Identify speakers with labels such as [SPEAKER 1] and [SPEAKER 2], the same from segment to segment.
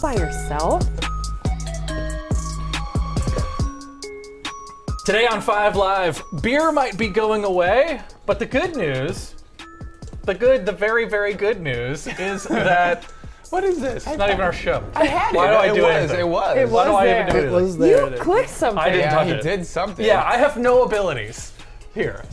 [SPEAKER 1] by yourself?
[SPEAKER 2] Today on Five Live, beer might be going away, but the good news, the good, the very, very good news is that
[SPEAKER 3] What is this?
[SPEAKER 2] it's not even our show.
[SPEAKER 3] I had
[SPEAKER 2] Why
[SPEAKER 3] it.
[SPEAKER 2] do I
[SPEAKER 3] it
[SPEAKER 2] do
[SPEAKER 3] was,
[SPEAKER 2] anything?
[SPEAKER 3] It was.
[SPEAKER 1] It
[SPEAKER 2] Why do
[SPEAKER 1] was
[SPEAKER 2] I
[SPEAKER 1] there.
[SPEAKER 2] even do
[SPEAKER 1] It
[SPEAKER 2] anything?
[SPEAKER 4] was there.
[SPEAKER 1] You clicked something.
[SPEAKER 2] I didn't
[SPEAKER 3] Yeah,
[SPEAKER 2] touch
[SPEAKER 3] he
[SPEAKER 2] it.
[SPEAKER 3] did something.
[SPEAKER 2] Yeah, I have no abilities here.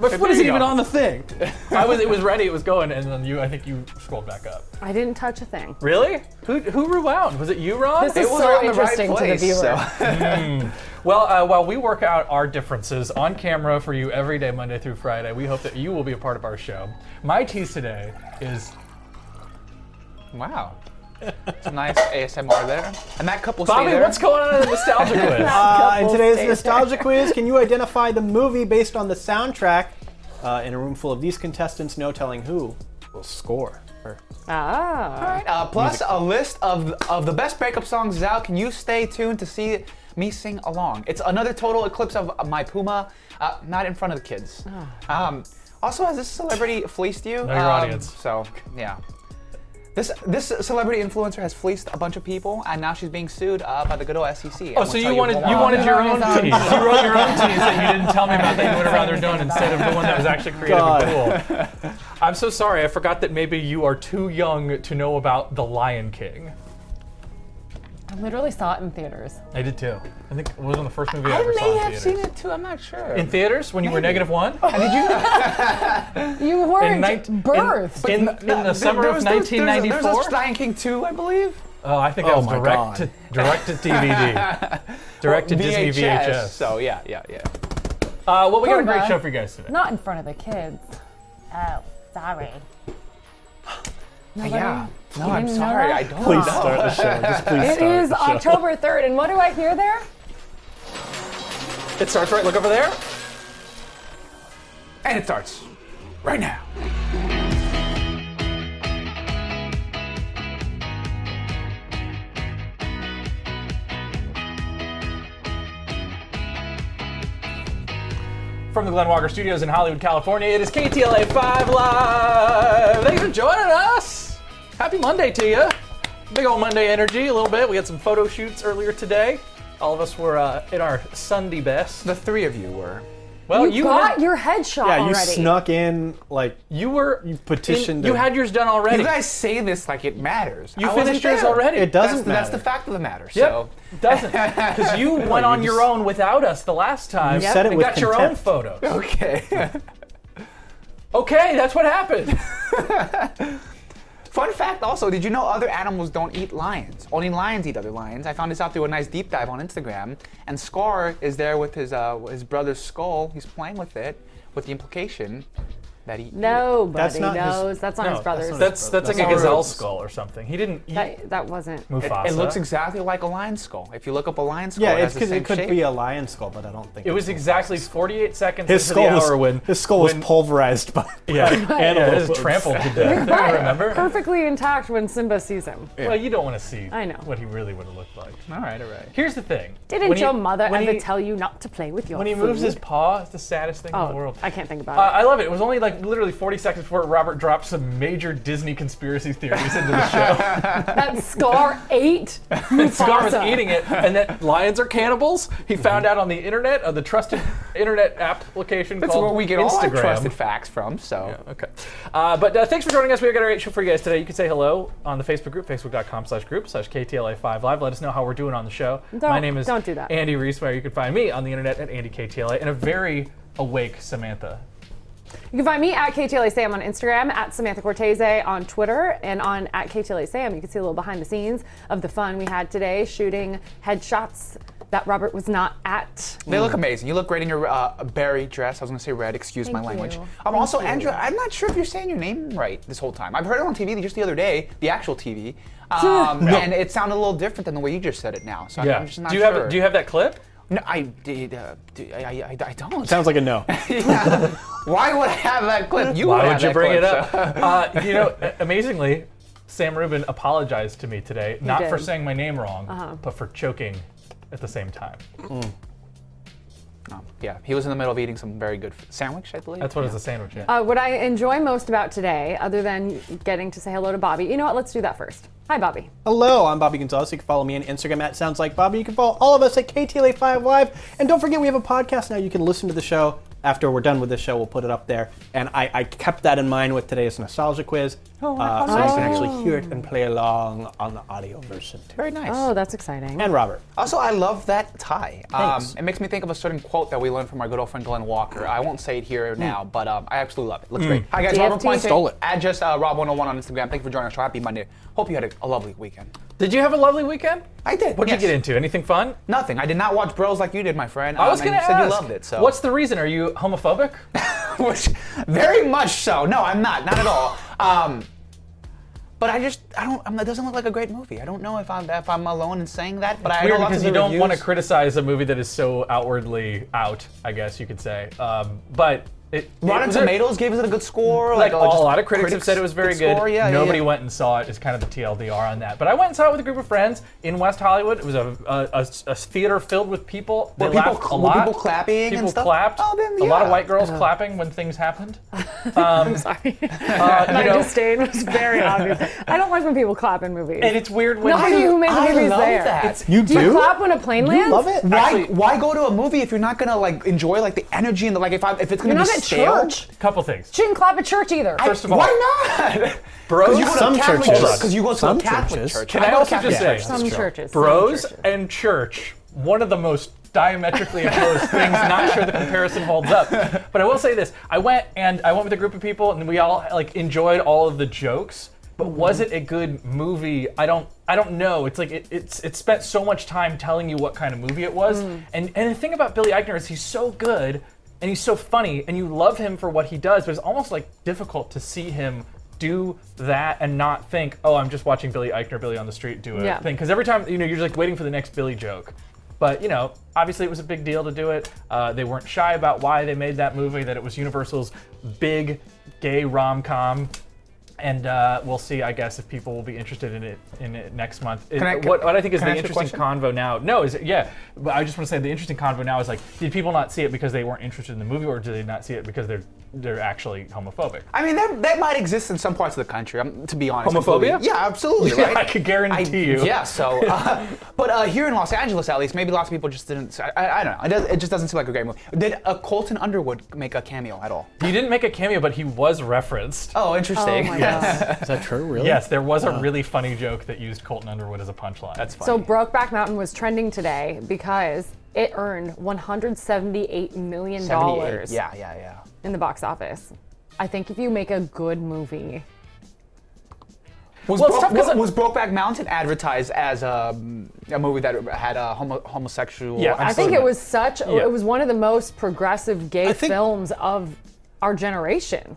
[SPEAKER 4] But
[SPEAKER 2] There
[SPEAKER 4] what is
[SPEAKER 2] you
[SPEAKER 4] it even
[SPEAKER 2] go.
[SPEAKER 4] on the thing?
[SPEAKER 2] I was, it was ready, it was going, and then you, I think you scrolled back up.
[SPEAKER 1] I didn't touch a thing.
[SPEAKER 2] Really? Who, who rewound? Was it you, Ron?
[SPEAKER 1] This
[SPEAKER 3] It
[SPEAKER 1] is
[SPEAKER 3] was
[SPEAKER 1] so
[SPEAKER 3] on the right
[SPEAKER 1] interesting
[SPEAKER 3] place.
[SPEAKER 1] to the viewer.
[SPEAKER 3] so-
[SPEAKER 2] Well, uh, while we work out our differences on camera for you every day, Monday through Friday, we hope that you will be a part of our show. My tease today is
[SPEAKER 3] wow. Some nice ASMR there. And that couple stay
[SPEAKER 2] Bobby.
[SPEAKER 3] there.
[SPEAKER 2] What's going on in the nostalgia quiz?
[SPEAKER 4] Uh, in
[SPEAKER 1] Couple
[SPEAKER 4] today's
[SPEAKER 1] stays
[SPEAKER 4] nostalgia quiz, can you identify the movie based on the soundtrack? Uh, in a room full of these contestants, no telling who will score.
[SPEAKER 1] Ah.
[SPEAKER 3] Uh, plus a list of of the best breakup songs out. Can you stay tuned to see me sing along? It's another total eclipse of my Puma, uh, not in front of the kids. Um, also, has this celebrity fleeced you?
[SPEAKER 2] Know your
[SPEAKER 3] Um,
[SPEAKER 2] audience.
[SPEAKER 3] So yeah. This, this celebrity influencer has fleeced a bunch of people, and now she's being sued uh, by the good old SEC. I'm
[SPEAKER 2] Oh,
[SPEAKER 3] gonna
[SPEAKER 2] so
[SPEAKER 3] tell
[SPEAKER 2] you wanted
[SPEAKER 3] more
[SPEAKER 2] you
[SPEAKER 3] about
[SPEAKER 2] wanted
[SPEAKER 3] that.
[SPEAKER 2] your own
[SPEAKER 1] Yeah.
[SPEAKER 2] tease. You wrote your own tease that you didn't tell me about that you would have rather done instead of the one that was actually creative and cool. I'm so sorry. I forgot that maybe you are too young to know about The Lion King.
[SPEAKER 1] I literally saw it in theaters.
[SPEAKER 2] I did too. I think it was on the first movie I,
[SPEAKER 3] I
[SPEAKER 2] ever saw
[SPEAKER 3] may
[SPEAKER 2] in
[SPEAKER 3] have
[SPEAKER 2] theaters.
[SPEAKER 3] seen it too. I'm not sure.
[SPEAKER 2] In theaters when you were negative one?
[SPEAKER 1] You weren't
[SPEAKER 2] night- in-
[SPEAKER 1] birthed.
[SPEAKER 2] in, in the summer
[SPEAKER 3] There
[SPEAKER 2] of
[SPEAKER 3] was- there was- there was- There was
[SPEAKER 2] 1994.
[SPEAKER 3] a Lion King 2, I believe.
[SPEAKER 2] Oh, I think that was
[SPEAKER 4] my
[SPEAKER 2] direct
[SPEAKER 4] God.
[SPEAKER 2] to direct to DVD, direct to Disney VHS.
[SPEAKER 3] So yeah, yeah, yeah.
[SPEAKER 2] Uh, well, we got a great
[SPEAKER 1] Puma.
[SPEAKER 2] show for you guys today.
[SPEAKER 1] Not in front of the kids. Oh, sorry. Oh,
[SPEAKER 3] Yeah. No, I'm
[SPEAKER 1] didn't
[SPEAKER 3] sorry.
[SPEAKER 1] know
[SPEAKER 3] I
[SPEAKER 1] that?
[SPEAKER 3] don't
[SPEAKER 4] Please
[SPEAKER 3] know.
[SPEAKER 4] start the show. Just please
[SPEAKER 1] It
[SPEAKER 4] start
[SPEAKER 1] is
[SPEAKER 4] the show.
[SPEAKER 1] October 3rd, and what do I hear there?
[SPEAKER 2] It starts right. Look over there.
[SPEAKER 3] And it starts right now.
[SPEAKER 2] From the Glenn Walker Studios in Hollywood, California, it is KTLA 5 Live. Thanks for joining us. Happy Monday to you. Big old Monday energy, a little bit. We had some photo shoots earlier today. All of us were uh, in our Sunday best.
[SPEAKER 3] The three of you were.
[SPEAKER 2] Well,
[SPEAKER 1] you, got
[SPEAKER 2] had-
[SPEAKER 1] your headshot
[SPEAKER 4] Yeah, you
[SPEAKER 1] already.
[SPEAKER 4] snuck in like
[SPEAKER 2] you were you
[SPEAKER 4] petitioned
[SPEAKER 2] You
[SPEAKER 4] to-
[SPEAKER 2] had yours done already.
[SPEAKER 3] You guys say this like it matters.
[SPEAKER 2] You
[SPEAKER 3] I wasn't
[SPEAKER 2] finished yours
[SPEAKER 3] there.
[SPEAKER 2] already.
[SPEAKER 4] it
[SPEAKER 3] That's,
[SPEAKER 4] doesn't
[SPEAKER 3] the- that's the
[SPEAKER 4] matter.
[SPEAKER 3] fact of the matter.
[SPEAKER 2] Yep.
[SPEAKER 3] So
[SPEAKER 2] Doesn't because you went on your own without us the last time.
[SPEAKER 4] said it
[SPEAKER 2] and
[SPEAKER 4] with
[SPEAKER 2] got your own
[SPEAKER 4] contempt.
[SPEAKER 2] photos.
[SPEAKER 3] okay.
[SPEAKER 2] Okay, that's what happened.
[SPEAKER 3] Fun fact also, did you know other animals don't eat lions? Only lions eat other lions. I found this out through a nice deep dive on Instagram. And Scar is there with his uh, his brother's skull. He's playing with it with the implication that he
[SPEAKER 1] Nobody
[SPEAKER 4] That's not his-
[SPEAKER 1] knows. that's not
[SPEAKER 2] No,
[SPEAKER 1] his brother's.
[SPEAKER 2] That's that's like a
[SPEAKER 4] That's
[SPEAKER 2] gazelle
[SPEAKER 4] ours.
[SPEAKER 2] skull or something. He didn't eat
[SPEAKER 1] that, that wasn't.
[SPEAKER 3] It,
[SPEAKER 2] Mufasa.
[SPEAKER 3] it looks exactly like a lion skull. If you look up a lion skull,
[SPEAKER 4] yeah,
[SPEAKER 3] it
[SPEAKER 4] it's
[SPEAKER 3] has the
[SPEAKER 4] because
[SPEAKER 3] same
[SPEAKER 4] it could
[SPEAKER 3] shape.
[SPEAKER 4] be a lion skull, but I don't think
[SPEAKER 2] It was exactly 48 seconds
[SPEAKER 4] his
[SPEAKER 2] into
[SPEAKER 4] skull
[SPEAKER 2] the
[SPEAKER 4] was
[SPEAKER 2] hour when
[SPEAKER 4] his skull
[SPEAKER 2] when-
[SPEAKER 4] was pulverized by
[SPEAKER 2] yeah, yeah, it was
[SPEAKER 4] bones.
[SPEAKER 2] trampled to death. I remember.
[SPEAKER 1] Perfectly intact when Simba sees him.
[SPEAKER 2] Well, you don't want to see
[SPEAKER 1] I know. Mm-hmm.
[SPEAKER 2] what he really would have looked like.
[SPEAKER 3] All right, all right.
[SPEAKER 2] Here's the thing.
[SPEAKER 1] Didn't
[SPEAKER 2] When he-
[SPEAKER 1] your mother
[SPEAKER 2] when
[SPEAKER 1] ever
[SPEAKER 2] he-
[SPEAKER 1] tell you not to play with your
[SPEAKER 2] When he
[SPEAKER 1] food?
[SPEAKER 2] moves his paw, it's the saddest thing in
[SPEAKER 1] oh,
[SPEAKER 2] the world.
[SPEAKER 1] I can't think about
[SPEAKER 2] Uh,
[SPEAKER 1] it.
[SPEAKER 2] I love it. It was only like literally 40 seconds before Robert dropped some major Disney conspiracy theories into the show.
[SPEAKER 1] That scar ate Mufasa.
[SPEAKER 2] Scar was eating it, and that lions are cannibals. He found out on the internet, on the trusted internet application
[SPEAKER 3] That's
[SPEAKER 2] called
[SPEAKER 3] where we get all our
[SPEAKER 2] Instagram.
[SPEAKER 3] trusted facts from. So
[SPEAKER 2] Okay. Uh, but uh, thanks for joining us. We've got a great show for you guys today. You can say hello on the Facebook group, facebook.com slash group slash KTLA5Live. Let us know how we're doing on the show. My
[SPEAKER 1] Don't-
[SPEAKER 2] name is
[SPEAKER 1] don't do that.
[SPEAKER 2] Andy Reesmeyer. You can find me on the internet at AndyKTLA and a very awake Samantha.
[SPEAKER 1] You can find me at KTLA Sam on Instagram, at Samantha Cortese on Twitter, and on at KTLA Sam. You can see a little behind the scenes of the fun we had today shooting headshots that Robert was not at.
[SPEAKER 3] They look amazing. You look great in your uh, berry dress. I was gonna say red. Excuse my
[SPEAKER 1] Thank
[SPEAKER 3] language.
[SPEAKER 1] you.
[SPEAKER 3] Um,
[SPEAKER 1] Thank
[SPEAKER 3] also,
[SPEAKER 1] you.
[SPEAKER 3] Andrew, I'm not sure if you're saying your name right this whole time. I've heard it on TV just the other day, the actual TV, um, and it sounded a little different than the way you just said it now. So I'm just not
[SPEAKER 2] do you
[SPEAKER 3] sure.
[SPEAKER 2] have a- Do you have that clip?
[SPEAKER 3] No, I did. Uh, do- I, I, I don't.
[SPEAKER 4] sounds like a no.
[SPEAKER 3] Yeah. Why would I have that clip? You
[SPEAKER 2] Why would
[SPEAKER 3] would, have
[SPEAKER 2] you
[SPEAKER 3] that
[SPEAKER 2] bring it
[SPEAKER 3] clip,
[SPEAKER 2] up?
[SPEAKER 3] so-
[SPEAKER 2] uh, you know, a- amazingly, Sam Rubin apologized to me today, not for
[SPEAKER 1] did. Uh-huh.
[SPEAKER 2] saying my name wrong, but for choking at the same time.
[SPEAKER 3] No. Yeah, he was in the middle of eating some very good f- sandwich, I believe.
[SPEAKER 2] That's what it's a sandwich. Yeah.
[SPEAKER 1] Uh, what I enjoy most about today, other than getting to say hello to Bobby, you know what? Let's do that first. Hi, Bobby.
[SPEAKER 4] Hello, I'm Bobby Gonzalez. You can follow me on Instagram at Sounds Like Bobby. You can follow all of us at KTLA5 Live. And don't forget, we have a podcast now. You can listen to the show after we're done with this show. We'll put it up there. And I, I kept that in mind with today's nostalgia quiz.
[SPEAKER 3] Oh,
[SPEAKER 4] uh, so you
[SPEAKER 3] awesome.
[SPEAKER 4] can actually hear it and play along on the audio version too.
[SPEAKER 3] Very nice.
[SPEAKER 1] Oh, that's exciting.
[SPEAKER 4] And Robert.
[SPEAKER 3] Also, I love that tie. Um,
[SPEAKER 4] Thanks.
[SPEAKER 3] it makes me think of a certain quote that we learned from our good old friend Glenn Walker. I won't say it here now, but um, I absolutely love it. Looks great. Hi guys, Robert
[SPEAKER 1] DFT.
[SPEAKER 3] Puente.
[SPEAKER 1] Stole
[SPEAKER 3] it. At just uh, Rob101 on Instagram. Thank you for joining our show. Happy Monday. Hope you had a, a lovely weekend.
[SPEAKER 2] Did you have a lovely weekend?
[SPEAKER 3] I did.
[SPEAKER 2] What'd
[SPEAKER 3] yes.
[SPEAKER 2] you get into? Anything fun?
[SPEAKER 3] Nothing. I did not watch Bros like you did, my friend.
[SPEAKER 2] I was
[SPEAKER 3] Um, and
[SPEAKER 2] gonna
[SPEAKER 3] you said
[SPEAKER 2] ask.
[SPEAKER 3] you loved it. So
[SPEAKER 2] What's the reason? Are you homophobic?
[SPEAKER 3] Which, very much so. No, I'm not. Not at all. Um, but I just I don't. I'm, it doesn't look like a great movie. I don't know if I'm if I'm alone in saying that. But I
[SPEAKER 2] Weird
[SPEAKER 3] know lots
[SPEAKER 2] because
[SPEAKER 3] of
[SPEAKER 2] you
[SPEAKER 3] the
[SPEAKER 2] don't want to
[SPEAKER 3] reviews-
[SPEAKER 2] criticize a movie that is so outwardly out. I guess you could say. Um, but it.
[SPEAKER 3] Rotten
[SPEAKER 2] it- there-
[SPEAKER 3] Tomatoes gave us a good score.
[SPEAKER 2] Like,
[SPEAKER 3] uh,
[SPEAKER 2] a
[SPEAKER 3] just
[SPEAKER 2] lot of critics, have said it was very good.
[SPEAKER 3] score, yeah, yeah,
[SPEAKER 2] Nobody
[SPEAKER 3] yeah.
[SPEAKER 2] went and saw it. Is kind of the TLDR on that. But I went and saw it with a group of friends in West Hollywood. It was a a, a- a theater filled with people. They
[SPEAKER 3] Were people
[SPEAKER 2] laughed a
[SPEAKER 3] cl- were
[SPEAKER 2] lot.
[SPEAKER 3] people clapping and
[SPEAKER 2] People
[SPEAKER 3] stuff?
[SPEAKER 2] clapped.
[SPEAKER 3] Oh, then,
[SPEAKER 2] A lot of
[SPEAKER 3] yeah.
[SPEAKER 2] white girls clapping when things happened.
[SPEAKER 1] I'm sorry.
[SPEAKER 2] um, Uh, you
[SPEAKER 1] My
[SPEAKER 2] know,
[SPEAKER 1] disdain was very obvious. I don't like when people clap in movies.
[SPEAKER 2] and it's weird when
[SPEAKER 1] No, I do. Who made the
[SPEAKER 3] I
[SPEAKER 1] movies
[SPEAKER 3] love
[SPEAKER 1] there?
[SPEAKER 3] that.
[SPEAKER 1] It's-
[SPEAKER 4] You
[SPEAKER 1] do you
[SPEAKER 4] do?
[SPEAKER 1] clap when a plane lands?
[SPEAKER 4] love it?
[SPEAKER 3] Why,
[SPEAKER 2] Actually-
[SPEAKER 3] why go to a movie if you're not gonna like enjoy like the energy and the like if I if it's gonna
[SPEAKER 1] You're
[SPEAKER 3] be
[SPEAKER 1] not at
[SPEAKER 3] stale?
[SPEAKER 1] church.
[SPEAKER 2] couple things.
[SPEAKER 1] Shouldn't clap at church either.
[SPEAKER 2] First of all,
[SPEAKER 3] Why not?
[SPEAKER 2] Bros,
[SPEAKER 3] Oh, You go to
[SPEAKER 4] Some
[SPEAKER 3] a Catholic
[SPEAKER 4] churches.
[SPEAKER 3] church because you go to
[SPEAKER 4] Some
[SPEAKER 3] a Catholic
[SPEAKER 4] churches.
[SPEAKER 3] church.
[SPEAKER 2] Can I
[SPEAKER 3] go to
[SPEAKER 2] also
[SPEAKER 3] Catholic
[SPEAKER 2] just
[SPEAKER 3] church.
[SPEAKER 2] say-
[SPEAKER 1] some
[SPEAKER 4] true.
[SPEAKER 1] churches. some
[SPEAKER 2] bros eh,
[SPEAKER 1] churches.
[SPEAKER 2] and church, one of the most diametrically opposed things. Not sure the comparison holds up, but I will say this: I went and I went with a group of people, and we all like enjoyed all of the jokes. But was it a good movie? I don't. I don't know. It's like it, it's it spent so much time telling you what kind of movie it was, and and the thing about Billy Eichner is he's so good and he's so funny, and you love him for what he does. But it's almost like difficult to see him do that and not think, oh, I'm just watching Billy Eichner, Billy on the street do a
[SPEAKER 1] Yeah.
[SPEAKER 2] thing because every time you know you're like waiting for the next Billy joke. But you know, obviously it was a big deal to do it. Uh, they weren't shy about why they made that movie. That it was Universal's big gay rom com. And uh, we'll see, I guess, if people will be interested in it in it next month. It-
[SPEAKER 3] I-
[SPEAKER 2] what, what I think is
[SPEAKER 3] can
[SPEAKER 2] the
[SPEAKER 3] I ask you a
[SPEAKER 2] interesting convo now. No, is it, yeah. But I just want to say the interesting convo now is like, did people not see it because they weren't interested in the movie, or did they not see it because they're they're actually homophobic?
[SPEAKER 3] I mean, that, that might exist in some parts of the country. I'm, to be honest,
[SPEAKER 2] Homophobia?
[SPEAKER 3] completely. Yeah, absolutely.
[SPEAKER 2] Yeah,
[SPEAKER 3] right?
[SPEAKER 2] I could guarantee you.
[SPEAKER 3] Yeah. So, uh, but uh, here in Los Angeles, at least, maybe lots of people just didn't. I, I, I don't know. It, does, it just doesn't seem like a great movie. Did uh, Colton Underwood make a cameo at all?
[SPEAKER 2] He didn't make a cameo, but he was referenced.
[SPEAKER 3] Oh, interesting.
[SPEAKER 1] my
[SPEAKER 4] Is that true, really?
[SPEAKER 2] Yes, there was
[SPEAKER 4] Uh.
[SPEAKER 2] a really funny joke that used Colton Underwood as a punchline.
[SPEAKER 3] That's funny.
[SPEAKER 1] So Brokeback Mountain was trending today because it earned 178 million
[SPEAKER 3] 78.
[SPEAKER 1] dollars
[SPEAKER 3] Yeah, yeah, yeah.
[SPEAKER 1] in the box office. I think if you make a good movie,
[SPEAKER 3] Was,
[SPEAKER 2] Well, it's
[SPEAKER 3] Broke-
[SPEAKER 2] tough 'cause
[SPEAKER 3] wa-
[SPEAKER 2] I-
[SPEAKER 3] was Brokeback Mountain advertised as um, a movie that had a homo- homosexual?
[SPEAKER 2] Yeah,
[SPEAKER 1] I think
[SPEAKER 2] Absolutely.
[SPEAKER 1] it was such.
[SPEAKER 2] Yeah.
[SPEAKER 1] It was one of the most progressive gay
[SPEAKER 4] I think-
[SPEAKER 1] films of our generation.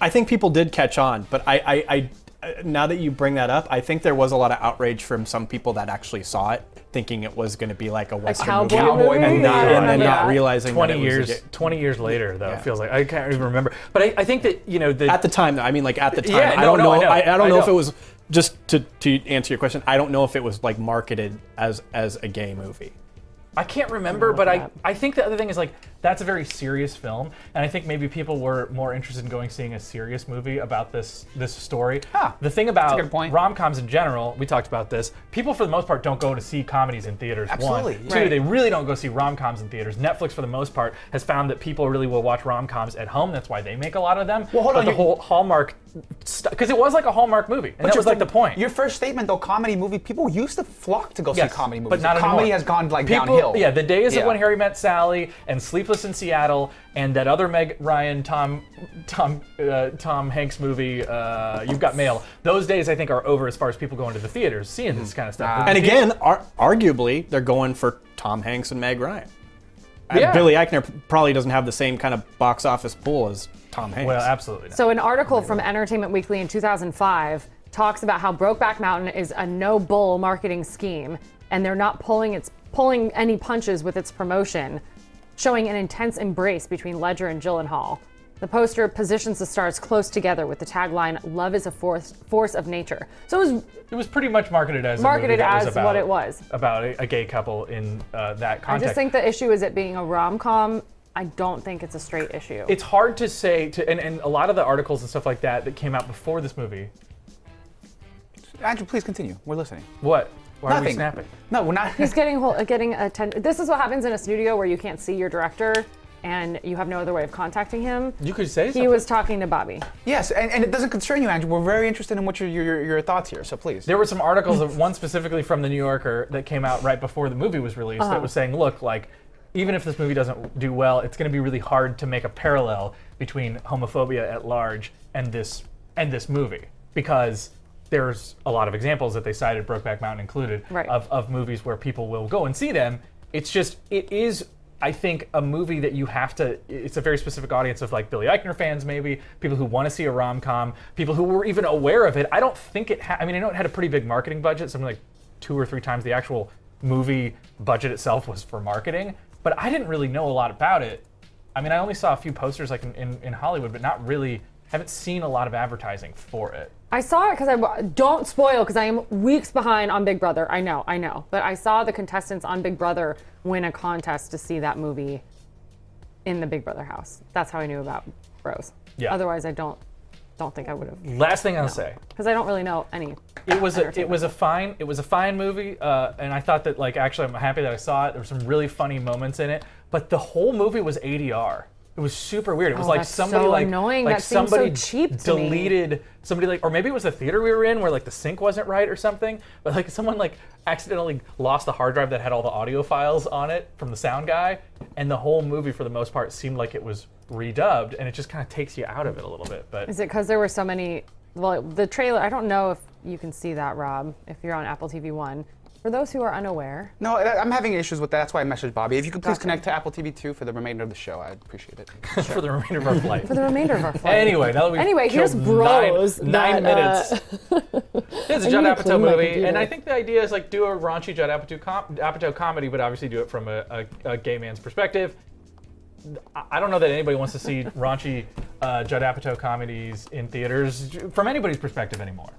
[SPEAKER 4] I think people did catch on, but I, I, I uh, now that you bring that up, I think there was a lot of outrage from some people that actually saw it, thinking it was going to be like a Western
[SPEAKER 1] cowboy
[SPEAKER 4] movie,
[SPEAKER 3] movie?
[SPEAKER 4] and,
[SPEAKER 3] I
[SPEAKER 4] not, and then
[SPEAKER 1] remember
[SPEAKER 4] not
[SPEAKER 1] that.
[SPEAKER 4] realizing that
[SPEAKER 2] 20
[SPEAKER 4] it was a
[SPEAKER 2] years,
[SPEAKER 4] gay-
[SPEAKER 2] 20 years later, though,
[SPEAKER 4] Yeah.
[SPEAKER 2] it feels like. I can't even remember. But I, I think that, you know, the,
[SPEAKER 4] at the time. though, I mean, like at the time,
[SPEAKER 2] Yeah,
[SPEAKER 4] I
[SPEAKER 2] no,
[SPEAKER 4] don't
[SPEAKER 2] no, I
[SPEAKER 4] know.
[SPEAKER 2] know.
[SPEAKER 4] I, I don't
[SPEAKER 2] I
[SPEAKER 4] know, if
[SPEAKER 2] know.
[SPEAKER 4] it was just to to answer your question. I don't know if it was like marketed as as a gay movie.
[SPEAKER 2] I can't remember, but I, I think the other thing is like that's a very serious film, and I think maybe people were more interested in going seeing a serious movie about this this story.
[SPEAKER 3] Huh.
[SPEAKER 2] The thing about
[SPEAKER 3] good point.
[SPEAKER 2] rom coms in general, we talked about this. People for the most part don't go to see comedies in theaters.
[SPEAKER 3] Absolutely,
[SPEAKER 2] One,
[SPEAKER 3] yeah.
[SPEAKER 2] two,
[SPEAKER 3] Right.
[SPEAKER 2] they really don't go see rom coms in theaters. Netflix for the most part has found that people really will watch rom coms at home. That's why they make a lot of them.
[SPEAKER 3] Well, hold
[SPEAKER 2] but
[SPEAKER 3] on,
[SPEAKER 2] the
[SPEAKER 3] you-
[SPEAKER 2] whole Hallmark because it was like a Hallmark movie, and that was like the point.
[SPEAKER 3] Your first statement, though, comedy movie. People used to flock to go
[SPEAKER 2] Yes,
[SPEAKER 3] see comedy
[SPEAKER 2] but
[SPEAKER 3] movies.
[SPEAKER 2] not
[SPEAKER 3] comedy
[SPEAKER 2] anymore.
[SPEAKER 3] has gone like
[SPEAKER 2] People-
[SPEAKER 3] downhill.
[SPEAKER 2] Yeah, the days
[SPEAKER 3] Yeah.
[SPEAKER 2] of when Harry met Sally and Sleepless in Seattle and that other Meg Ryan Tom Tom uh, Tom Hanks movie, uh, You've Got Mail. Those days I think are over as far as people going to the theaters seeing
[SPEAKER 3] Mm.
[SPEAKER 2] this kind of stuff.
[SPEAKER 4] And again, ar- arguably, they're going for Tom Hanks and Meg Ryan. And
[SPEAKER 2] Yeah.
[SPEAKER 4] Billy Eichner p- probably doesn't have the same kind of box office pull as Tom Hanks.
[SPEAKER 2] well, absolutely. Not.
[SPEAKER 1] So, an article from Entertainment Weekly in 2005 talks about how Brokeback Mountain is a no bull marketing scheme, and they're not pulling its pulling any punches with its promotion, showing an intense embrace between Ledger and Gyllenhaal. The poster positions the stars close together with the tagline "Love is a force force of nature." So it was
[SPEAKER 2] It was pretty much marketed as a
[SPEAKER 1] Marketed
[SPEAKER 2] movie that was
[SPEAKER 1] as
[SPEAKER 2] about-
[SPEAKER 1] what it was.
[SPEAKER 2] about a, a gay couple in uh, that
[SPEAKER 1] I
[SPEAKER 2] context.
[SPEAKER 1] just think the issue is it being a rom com. I don't think it's a straight issue.
[SPEAKER 2] it's hard to say to, and, and a lot of the articles and stuff like that that came out before this movie.
[SPEAKER 3] Andrew, please continue. We're listening.
[SPEAKER 2] What? Why are we
[SPEAKER 3] Nothing.
[SPEAKER 2] snapping?
[SPEAKER 3] No, we're not.
[SPEAKER 1] He's getting hol- getting attention. This is what happens in a studio where you can't see your director and you have no other way of contacting him.
[SPEAKER 2] You could say
[SPEAKER 1] He
[SPEAKER 2] something.
[SPEAKER 1] was talking to Bobby.
[SPEAKER 3] yes, and, and it doesn't concern you, Andrew. We're very interested in what your your, your thoughts here. So please.
[SPEAKER 2] There were some articles, of one specifically from the New Yorker that came out right before the movie was released that was saying, look, like, even if this movie doesn't do well, it's going to be really hard to make a parallel between homophobia at large and this and this movie because there's a lot of examples that they cited, Brokeback Mountain included,
[SPEAKER 1] Right.
[SPEAKER 2] of, of movies where people will go and see them. It's just it is I think a movie that you have to it's a very specific audience of like Billy Eichner fans maybe, people who want to see a rom-com, people who were even aware of it. I don't think it ha- I mean I know it had a pretty big marketing budget, something like 2 or 3 times the actual movie budget itself was for marketing, but I didn't really know a lot about it. I mean, I only saw a few posters like in, in, in Hollywood, but not really haven't seen a lot of advertising for it.
[SPEAKER 1] I saw it because I wa- don't spoil because I am weeks behind on Big Brother. I know, I know, but I saw the contestants on Big Brother win a contest to see that movie in the Big Brother house. That's how I knew about Rose.
[SPEAKER 2] Yeah.
[SPEAKER 1] Otherwise, I don't don't think I would have
[SPEAKER 2] Last thing I'll say,
[SPEAKER 1] because I don't really know any.
[SPEAKER 2] it was a it
[SPEAKER 1] entertainment.
[SPEAKER 2] was a fine it was a fine movie, uh, and I thought that like actually I'm happy that I saw it. There were some really funny moments in it, but the whole movie was ADR. It was super weird. It was
[SPEAKER 1] Oh,
[SPEAKER 2] like
[SPEAKER 1] that's
[SPEAKER 2] somebody
[SPEAKER 1] so
[SPEAKER 2] like
[SPEAKER 1] annoying.
[SPEAKER 2] like
[SPEAKER 1] That seems so
[SPEAKER 2] somebody
[SPEAKER 1] cheap to me.
[SPEAKER 2] deleted somebody like or maybe it was the theater we were in where like the sync wasn't right or something, but like someone like accidentally lost the hard drive that had all the audio files on it from the sound guy, and the whole movie for the most part seemed like it was redubbed, and it just kind of takes you out of it a little bit. But
[SPEAKER 1] Is it because there were so many? Well, the trailer. I don't know if you can see that, Rob. If you're on Apple TV One, for those who are unaware,
[SPEAKER 3] No, I- I'm having issues with that. That's why I messaged Bobby. If you could please
[SPEAKER 1] Gotcha.
[SPEAKER 3] connect to Apple TV 2 for the remainder of the show, I'd appreciate it.
[SPEAKER 2] for the remainder of our life.
[SPEAKER 1] for the remainder of our flight.
[SPEAKER 2] Anyway, now that we've
[SPEAKER 1] Anyway,
[SPEAKER 2] killed
[SPEAKER 1] here's Bros.
[SPEAKER 2] nine, nine
[SPEAKER 1] that, uh,
[SPEAKER 2] minutes. it's a
[SPEAKER 1] I
[SPEAKER 2] Judd
[SPEAKER 1] need to
[SPEAKER 2] Apatow
[SPEAKER 1] clean my
[SPEAKER 2] movie,
[SPEAKER 1] computer.
[SPEAKER 2] and I think the idea is like do a raunchy Judd Apatow, com- Apatow comedy, but obviously do it from a, a, a gay man's perspective. I- I don't know that anybody wants to see raunchy uh, Judd Apatow comedies in theaters j- from anybody's perspective anymore.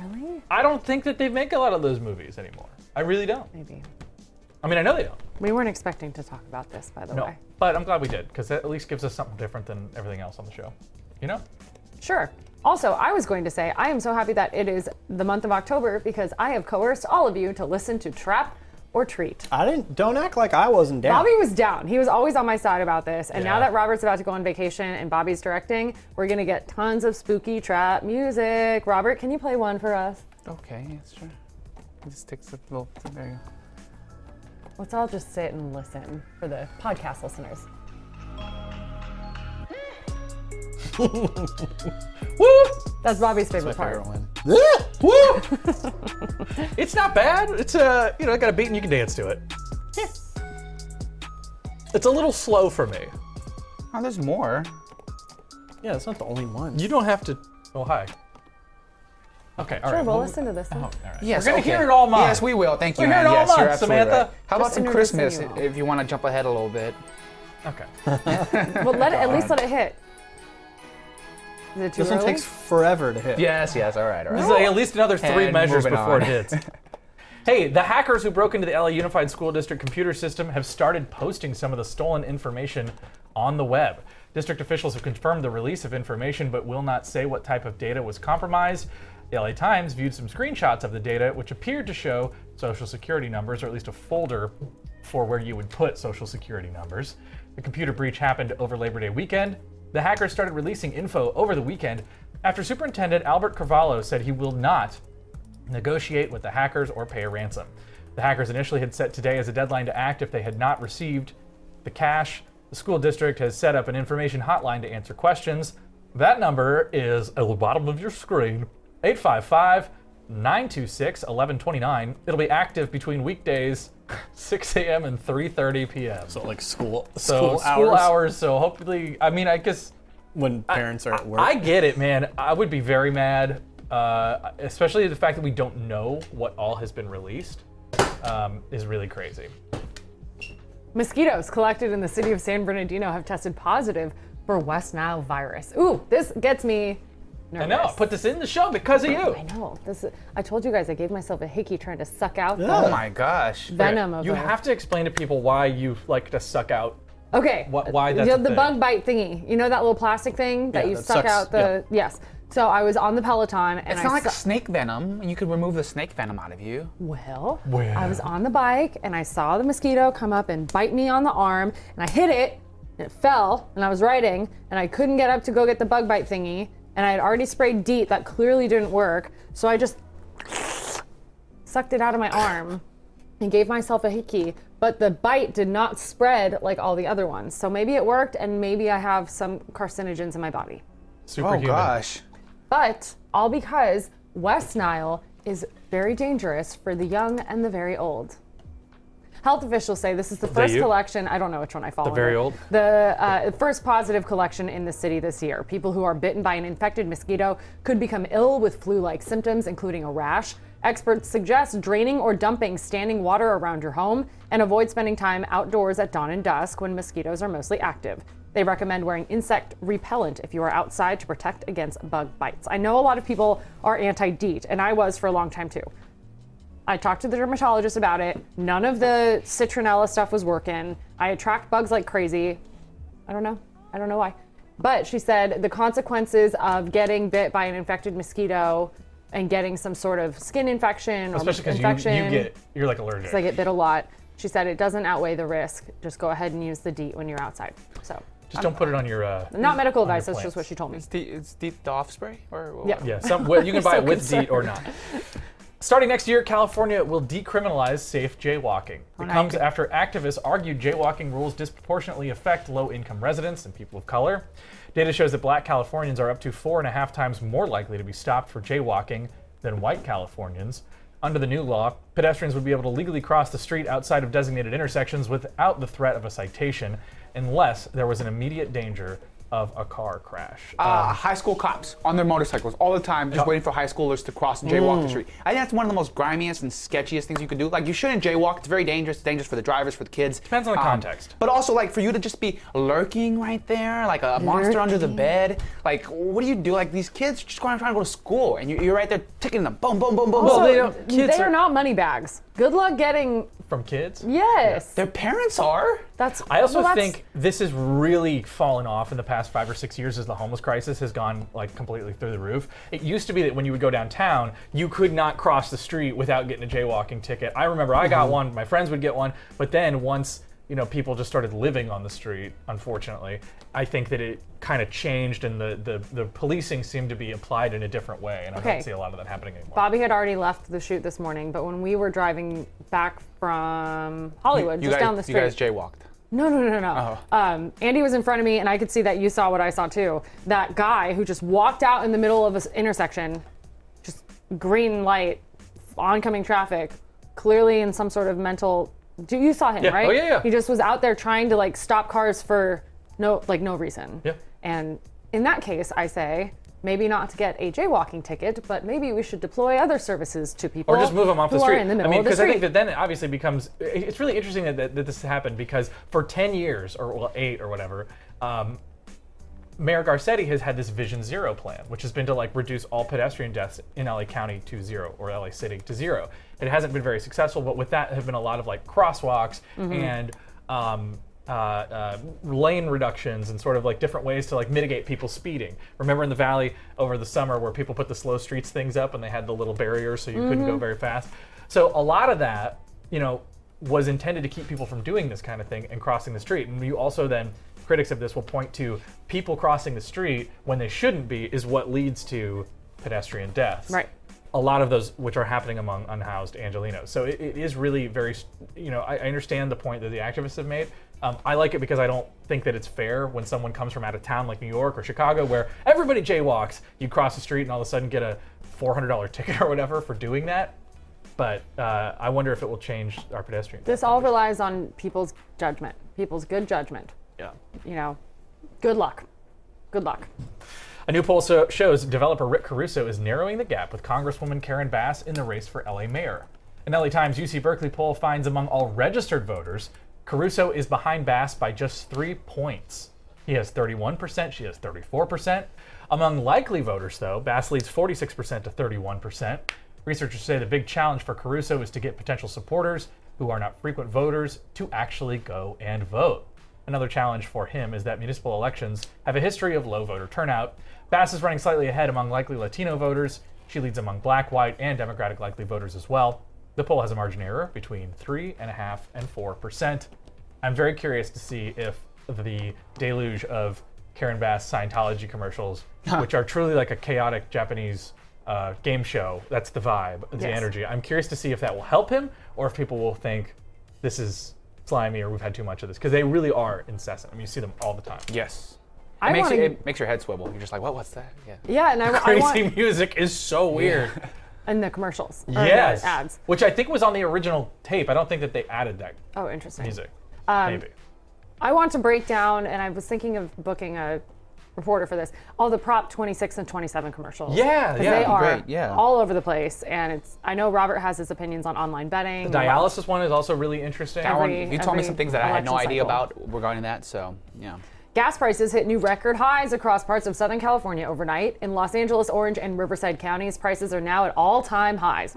[SPEAKER 1] Uh, really?
[SPEAKER 2] I don't think that they make a lot of those movies anymore. I really don't.
[SPEAKER 1] Maybe.
[SPEAKER 2] I mean, I know they don't.
[SPEAKER 1] We weren't expecting to talk about this, by the
[SPEAKER 2] No,
[SPEAKER 1] way.
[SPEAKER 2] but I'm glad we did because that at least gives us something different than everything else on the show. You know?
[SPEAKER 1] Sure. Also, I was going to say, I am so happy that it is the month of October because I have coerced all of you to listen to Trap or Treat.
[SPEAKER 4] I didn't. Don't act like I wasn't down.
[SPEAKER 1] Bobby was down. He was always on my side about this. And now
[SPEAKER 2] Yeah.
[SPEAKER 1] that Robert's about to go on vacation and Bobby's directing, we're going to get tons of spooky trap music. Robert, can you play one for us?
[SPEAKER 3] Okay, yes, sure. It just takes a little. There you go.
[SPEAKER 1] Let's all just sit and listen for the podcast listeners.
[SPEAKER 2] Woo!
[SPEAKER 1] That's Bobby's favorite part.
[SPEAKER 3] Fire one.
[SPEAKER 2] Woo! it's not bad. It's uh, you know, I got a beat and you can dance to it. Yeah. It's a little slow for me.
[SPEAKER 3] Oh, there's more.
[SPEAKER 4] yeah, that's not the only one.
[SPEAKER 2] You don't have to. Oh hi. Okay, all right.
[SPEAKER 1] Sure, we'll
[SPEAKER 2] well,
[SPEAKER 1] listen to this one.
[SPEAKER 2] all right.
[SPEAKER 3] Yes,
[SPEAKER 2] We're gonna
[SPEAKER 3] okay.
[SPEAKER 2] hear it all month.
[SPEAKER 3] Yes, we will. Thank you.
[SPEAKER 2] We're here
[SPEAKER 3] Anne.
[SPEAKER 2] all
[SPEAKER 3] yes, you're
[SPEAKER 2] month,
[SPEAKER 3] absolutely
[SPEAKER 2] Samantha.
[SPEAKER 3] right. How about
[SPEAKER 1] Just
[SPEAKER 3] some
[SPEAKER 1] introducing
[SPEAKER 3] Christmas?
[SPEAKER 1] you all.
[SPEAKER 3] If you want to jump ahead a little bit.
[SPEAKER 2] Okay.
[SPEAKER 1] Well, let it, at least let it hit. Is it too
[SPEAKER 4] this one
[SPEAKER 1] early?
[SPEAKER 4] takes forever to hit.
[SPEAKER 3] Yes, yes. All right, all right.
[SPEAKER 2] It's like at least another three
[SPEAKER 3] And
[SPEAKER 2] measures
[SPEAKER 3] moving
[SPEAKER 2] before
[SPEAKER 3] on.
[SPEAKER 2] it hits. Hey, the hackers who broke into the LA Unified School District computer system have started posting some of the stolen information on the web. District officials have confirmed the release of information but will not say what type of data was compromised. The LA Times viewed some screenshots of the data, which appeared to show social security numbers, or at least a folder for where you would put social security numbers. The computer breach happened over Labor Day weekend. The hackers started releasing info over the weekend after Superintendent Albert Carvalho said he will not negotiate with the hackers or pay a ransom. The hackers initially had set today as a deadline to act if they had not received the cash. The school district has set up an information hotline to answer questions. That number is at the bottom of your screen 855 926 1129. It'll be active between weekdays 6 a.m. and 3:30 p.m. So,
[SPEAKER 4] So like school,
[SPEAKER 2] school,
[SPEAKER 4] school, hours,
[SPEAKER 2] hours. So hopefully, I mean, I guess
[SPEAKER 4] when parents are at work.
[SPEAKER 2] I get it, man. I would be very mad, uh, especially the fact that we don't know what all has been released um, is really crazy.
[SPEAKER 1] Mosquitoes collected in the city of San Bernardino have tested positive for West Nile virus. Ooh, this gets me nervous.
[SPEAKER 2] I know. I put this in the show because of you.
[SPEAKER 1] I know. This is, I told you guys I gave myself a hickey trying to suck out the
[SPEAKER 4] Yeah.
[SPEAKER 3] Oh my gosh.
[SPEAKER 1] venom of
[SPEAKER 2] You
[SPEAKER 1] it.
[SPEAKER 2] have to explain to people why you like to suck
[SPEAKER 4] Oh,
[SPEAKER 2] out.
[SPEAKER 1] Okay.
[SPEAKER 2] Wh- why
[SPEAKER 1] You
[SPEAKER 2] that's
[SPEAKER 1] know,
[SPEAKER 2] a
[SPEAKER 1] the
[SPEAKER 2] thing.
[SPEAKER 1] bug bite thingy. You know that little plastic thing that
[SPEAKER 4] Yeah,
[SPEAKER 1] you
[SPEAKER 4] that
[SPEAKER 1] suck
[SPEAKER 4] sucks.
[SPEAKER 1] out the yes. So I was on the Peloton and
[SPEAKER 3] It's
[SPEAKER 1] I
[SPEAKER 3] not like
[SPEAKER 1] su-
[SPEAKER 3] snake venom, and you could remove the snake venom out of you.
[SPEAKER 1] Well, I was on the bike and I saw the mosquito come up and bite me on the arm, and I hit it, and it fell, and I was riding, and I couldn't get up to go get the bug bite thingy, and I had already sprayed DEET, that clearly didn't work, so I just sucked it out of my arm and gave myself a hickey, but the bite did not spread like all the other ones. So maybe it worked, and maybe I have some carcinogens in my body.
[SPEAKER 3] Oh
[SPEAKER 2] Superhuman.
[SPEAKER 3] gosh.
[SPEAKER 1] But all because West Nile is very dangerous for the young and the very old. Health officials say this is the first
[SPEAKER 2] you?
[SPEAKER 1] collection. I don't know which one I follow.
[SPEAKER 2] very old?
[SPEAKER 1] The uh, first positive collection in the city this year. People who are bitten by an infected mosquito could become ill with flu-like symptoms, including a rash. Experts suggest draining or dumping standing water around your home and avoid spending time outdoors at dawn and dusk when mosquitoes are mostly active. They recommend wearing insect repellent if you are outside to protect against bug bites. I know a lot of people are anti-DEET, and I was for a long time too. I talked to the dermatologist about it. None of the citronella stuff was working. I attract bugs like crazy. I don't know. I don't know why. But she said the consequences of getting bit by an infected mosquito and getting some sort of skin infection or
[SPEAKER 2] Especially because you,
[SPEAKER 1] Um, infection.
[SPEAKER 2] you get, you're like allergic.
[SPEAKER 1] I get bit a lot. She said it doesn't outweigh the risk. Just go ahead and use the DEET when you're outside. So,
[SPEAKER 2] Just don't put it on your. Uh,
[SPEAKER 1] not medical advice. That's
[SPEAKER 2] plants.
[SPEAKER 1] just what she told me.
[SPEAKER 3] It's the it's the, the off spray or what?
[SPEAKER 1] Yep.
[SPEAKER 2] Yeah, some, well, you can buy
[SPEAKER 1] so
[SPEAKER 2] it with DEET or not. Starting next year, California will decriminalize safe jaywalking. It comes after activists argued jaywalking rules disproportionately affect low income residents and people of color. Data shows that black Californians are up to four and a half times more likely to be stopped for jaywalking than white Californians. Under the new law, pedestrians would be able to legally cross the street outside of designated intersections without the threat of a citation unless there was an immediate danger of a car crash. Um,
[SPEAKER 3] Uh, high school cops on their motorcycles all the time, just waiting for high schoolers to cross and jaywalk the street. I think that's one of the most grimiest and sketchiest things you can do. Like you shouldn't jaywalk; it's very dangerous. It's dangerous for the drivers, for the kids. Um,
[SPEAKER 2] Depends on the context.
[SPEAKER 3] But also, like for you to just be lurking right there, like a monster under the bed. Like what do you do? Like these kids just going trying to go to school, and you, you're right there ticking them, boom, boom, boom, boom,
[SPEAKER 2] Well,
[SPEAKER 3] boom.
[SPEAKER 2] they don't- kids
[SPEAKER 1] they are,
[SPEAKER 2] are-
[SPEAKER 1] not money bags. Good luck getting.
[SPEAKER 2] From kids?
[SPEAKER 1] Yes.
[SPEAKER 3] Their parents are.
[SPEAKER 1] That's.
[SPEAKER 2] I also
[SPEAKER 1] well, that's-
[SPEAKER 2] think this has really fallen off in the past five or six years as the homeless crisis has gone like completely through the roof. It used to be that when you would go downtown, you could not cross the street without getting a jaywalking ticket. I remember I
[SPEAKER 1] Mm-hmm.
[SPEAKER 2] got one, my friends would get one, but then once you know people just started living on the street, unfortunately, I think that it kind of changed and the, the the policing seemed to be applied in a different way, and I
[SPEAKER 1] Okay.
[SPEAKER 2] don't see a lot of that happening anymore.
[SPEAKER 1] Bobby had already left the shoot this morning, but when we were driving back from Hollywood,
[SPEAKER 3] you
[SPEAKER 1] just
[SPEAKER 3] guys,
[SPEAKER 1] down the street.
[SPEAKER 3] You guys jaywalked.
[SPEAKER 1] no, no, no, no, no.
[SPEAKER 2] Oh.
[SPEAKER 1] Um, Andy was in front of me, and I could see that you saw what I saw too. That guy who just walked out in the middle of an intersection, just green light, oncoming traffic, clearly in some sort of mental. Do you saw him,
[SPEAKER 2] Yeah.
[SPEAKER 1] right?
[SPEAKER 2] Oh, yeah, yeah.
[SPEAKER 1] He just was out there trying to like stop cars for no, like no reason.
[SPEAKER 2] Yeah.
[SPEAKER 1] And in that case, I say maybe not to get a jaywalking ticket, but maybe we should deploy other services to people
[SPEAKER 2] Or just move them off
[SPEAKER 1] who
[SPEAKER 2] the street.
[SPEAKER 1] are in the middle
[SPEAKER 2] I mean,
[SPEAKER 1] of the
[SPEAKER 2] because I think
[SPEAKER 1] street.
[SPEAKER 2] that then it obviously becomes. i- It's really interesting that, that, that this happened because for 10 years, or well, eight or whatever, um, Mayor Garcetti has had this Vision Zero plan, which has been to like reduce all pedestrian deaths in LA County to zero or LA City to zero. It hasn't been very successful, but with that have been a lot of like crosswalks and um, uh, uh, lane reductions and sort of like different ways to like mitigate people speeding. Remember in the valley over the summer where people put the slow streets things up and they had the little barriers so you couldn't go very fast. So a lot of that, you know, was intended to keep people from doing this kind of thing and crossing the street. And you also then critics of this will point to people crossing the street when they shouldn't be is what leads to pedestrian deaths.
[SPEAKER 1] Right.
[SPEAKER 2] A lot of those which are happening among unhoused Angelinos. So it, it is really very, s- you know, I, I understand the point that the activists have made. Um, I like it because I don't think that it's fair when someone comes from out of town like New York or Chicago where everybody jaywalks, you cross the street and all of a sudden get a $400 ticket or whatever for doing that. But uh, I wonder if it will change our pedestrian.
[SPEAKER 1] This all relies on people's judgment, people's good judgment.
[SPEAKER 2] yeah.
[SPEAKER 1] You know, good luck. Good luck.
[SPEAKER 2] A new poll so shows developer Rick Caruso is narrowing the gap with Congresswoman Karen Bass in the race for LA mayor. An LA Times UC Berkeley poll finds among all registered voters, Caruso is behind Bass by just three points. He has 31%. She has 34%. Among likely voters, though, Bass leads 46% to 31%. Researchers say the big challenge for Caruso is to get potential supporters who are not frequent voters to actually go and vote. Another challenge for him is that municipal elections have a history of low voter turnout. Bass is running slightly ahead among likely Latino voters. She leads among black, white, and Democratic likely voters as well. The poll has a margin error between 3.5 and 4%. I'm very curious to see if the deluge of Karen Bass Scientology commercials, which are truly like a chaotic Japanese uh, game show, that's the vibe, the
[SPEAKER 1] Yes.
[SPEAKER 2] energy. I'm curious to see if that will help him or if people will think this is slimy or we've had too much of this because they really are incessant. I mean, you see them all the time.
[SPEAKER 3] Yes.
[SPEAKER 1] I
[SPEAKER 3] It makes,
[SPEAKER 1] wanna-
[SPEAKER 3] you, it makes your head swivel. You're just like, what? What's that? Yeah.
[SPEAKER 1] Yeah, and I, I
[SPEAKER 2] Crazy
[SPEAKER 1] want
[SPEAKER 2] music is so weird.
[SPEAKER 1] and the commercials. or the
[SPEAKER 2] Yes.
[SPEAKER 1] ads.
[SPEAKER 2] Which I think was on the original tape. I don't think that they added that
[SPEAKER 1] Oh, interesting.
[SPEAKER 2] music.
[SPEAKER 1] Um,
[SPEAKER 2] Maybe.
[SPEAKER 1] I want to break down, and I was thinking of booking a reporter for this. All the Prop 26 and 27 commercials.
[SPEAKER 2] Yeah,
[SPEAKER 1] 'Cause
[SPEAKER 2] yeah.
[SPEAKER 1] They
[SPEAKER 2] That'd be
[SPEAKER 1] are
[SPEAKER 3] great, yeah.
[SPEAKER 1] all over the place, and it's. I know Robert has his opinions on online betting.
[SPEAKER 2] The dialysis one is also really interesting.
[SPEAKER 1] That one-
[SPEAKER 3] Well, you told me
[SPEAKER 1] every
[SPEAKER 3] some things that I had no
[SPEAKER 1] election
[SPEAKER 3] idea
[SPEAKER 1] cycle.
[SPEAKER 3] about regarding that, so yeah.
[SPEAKER 1] Gas prices hit new record highs across parts of Southern California overnight. In Los Angeles, Orange, and Riverside counties, prices are now at all-time highs.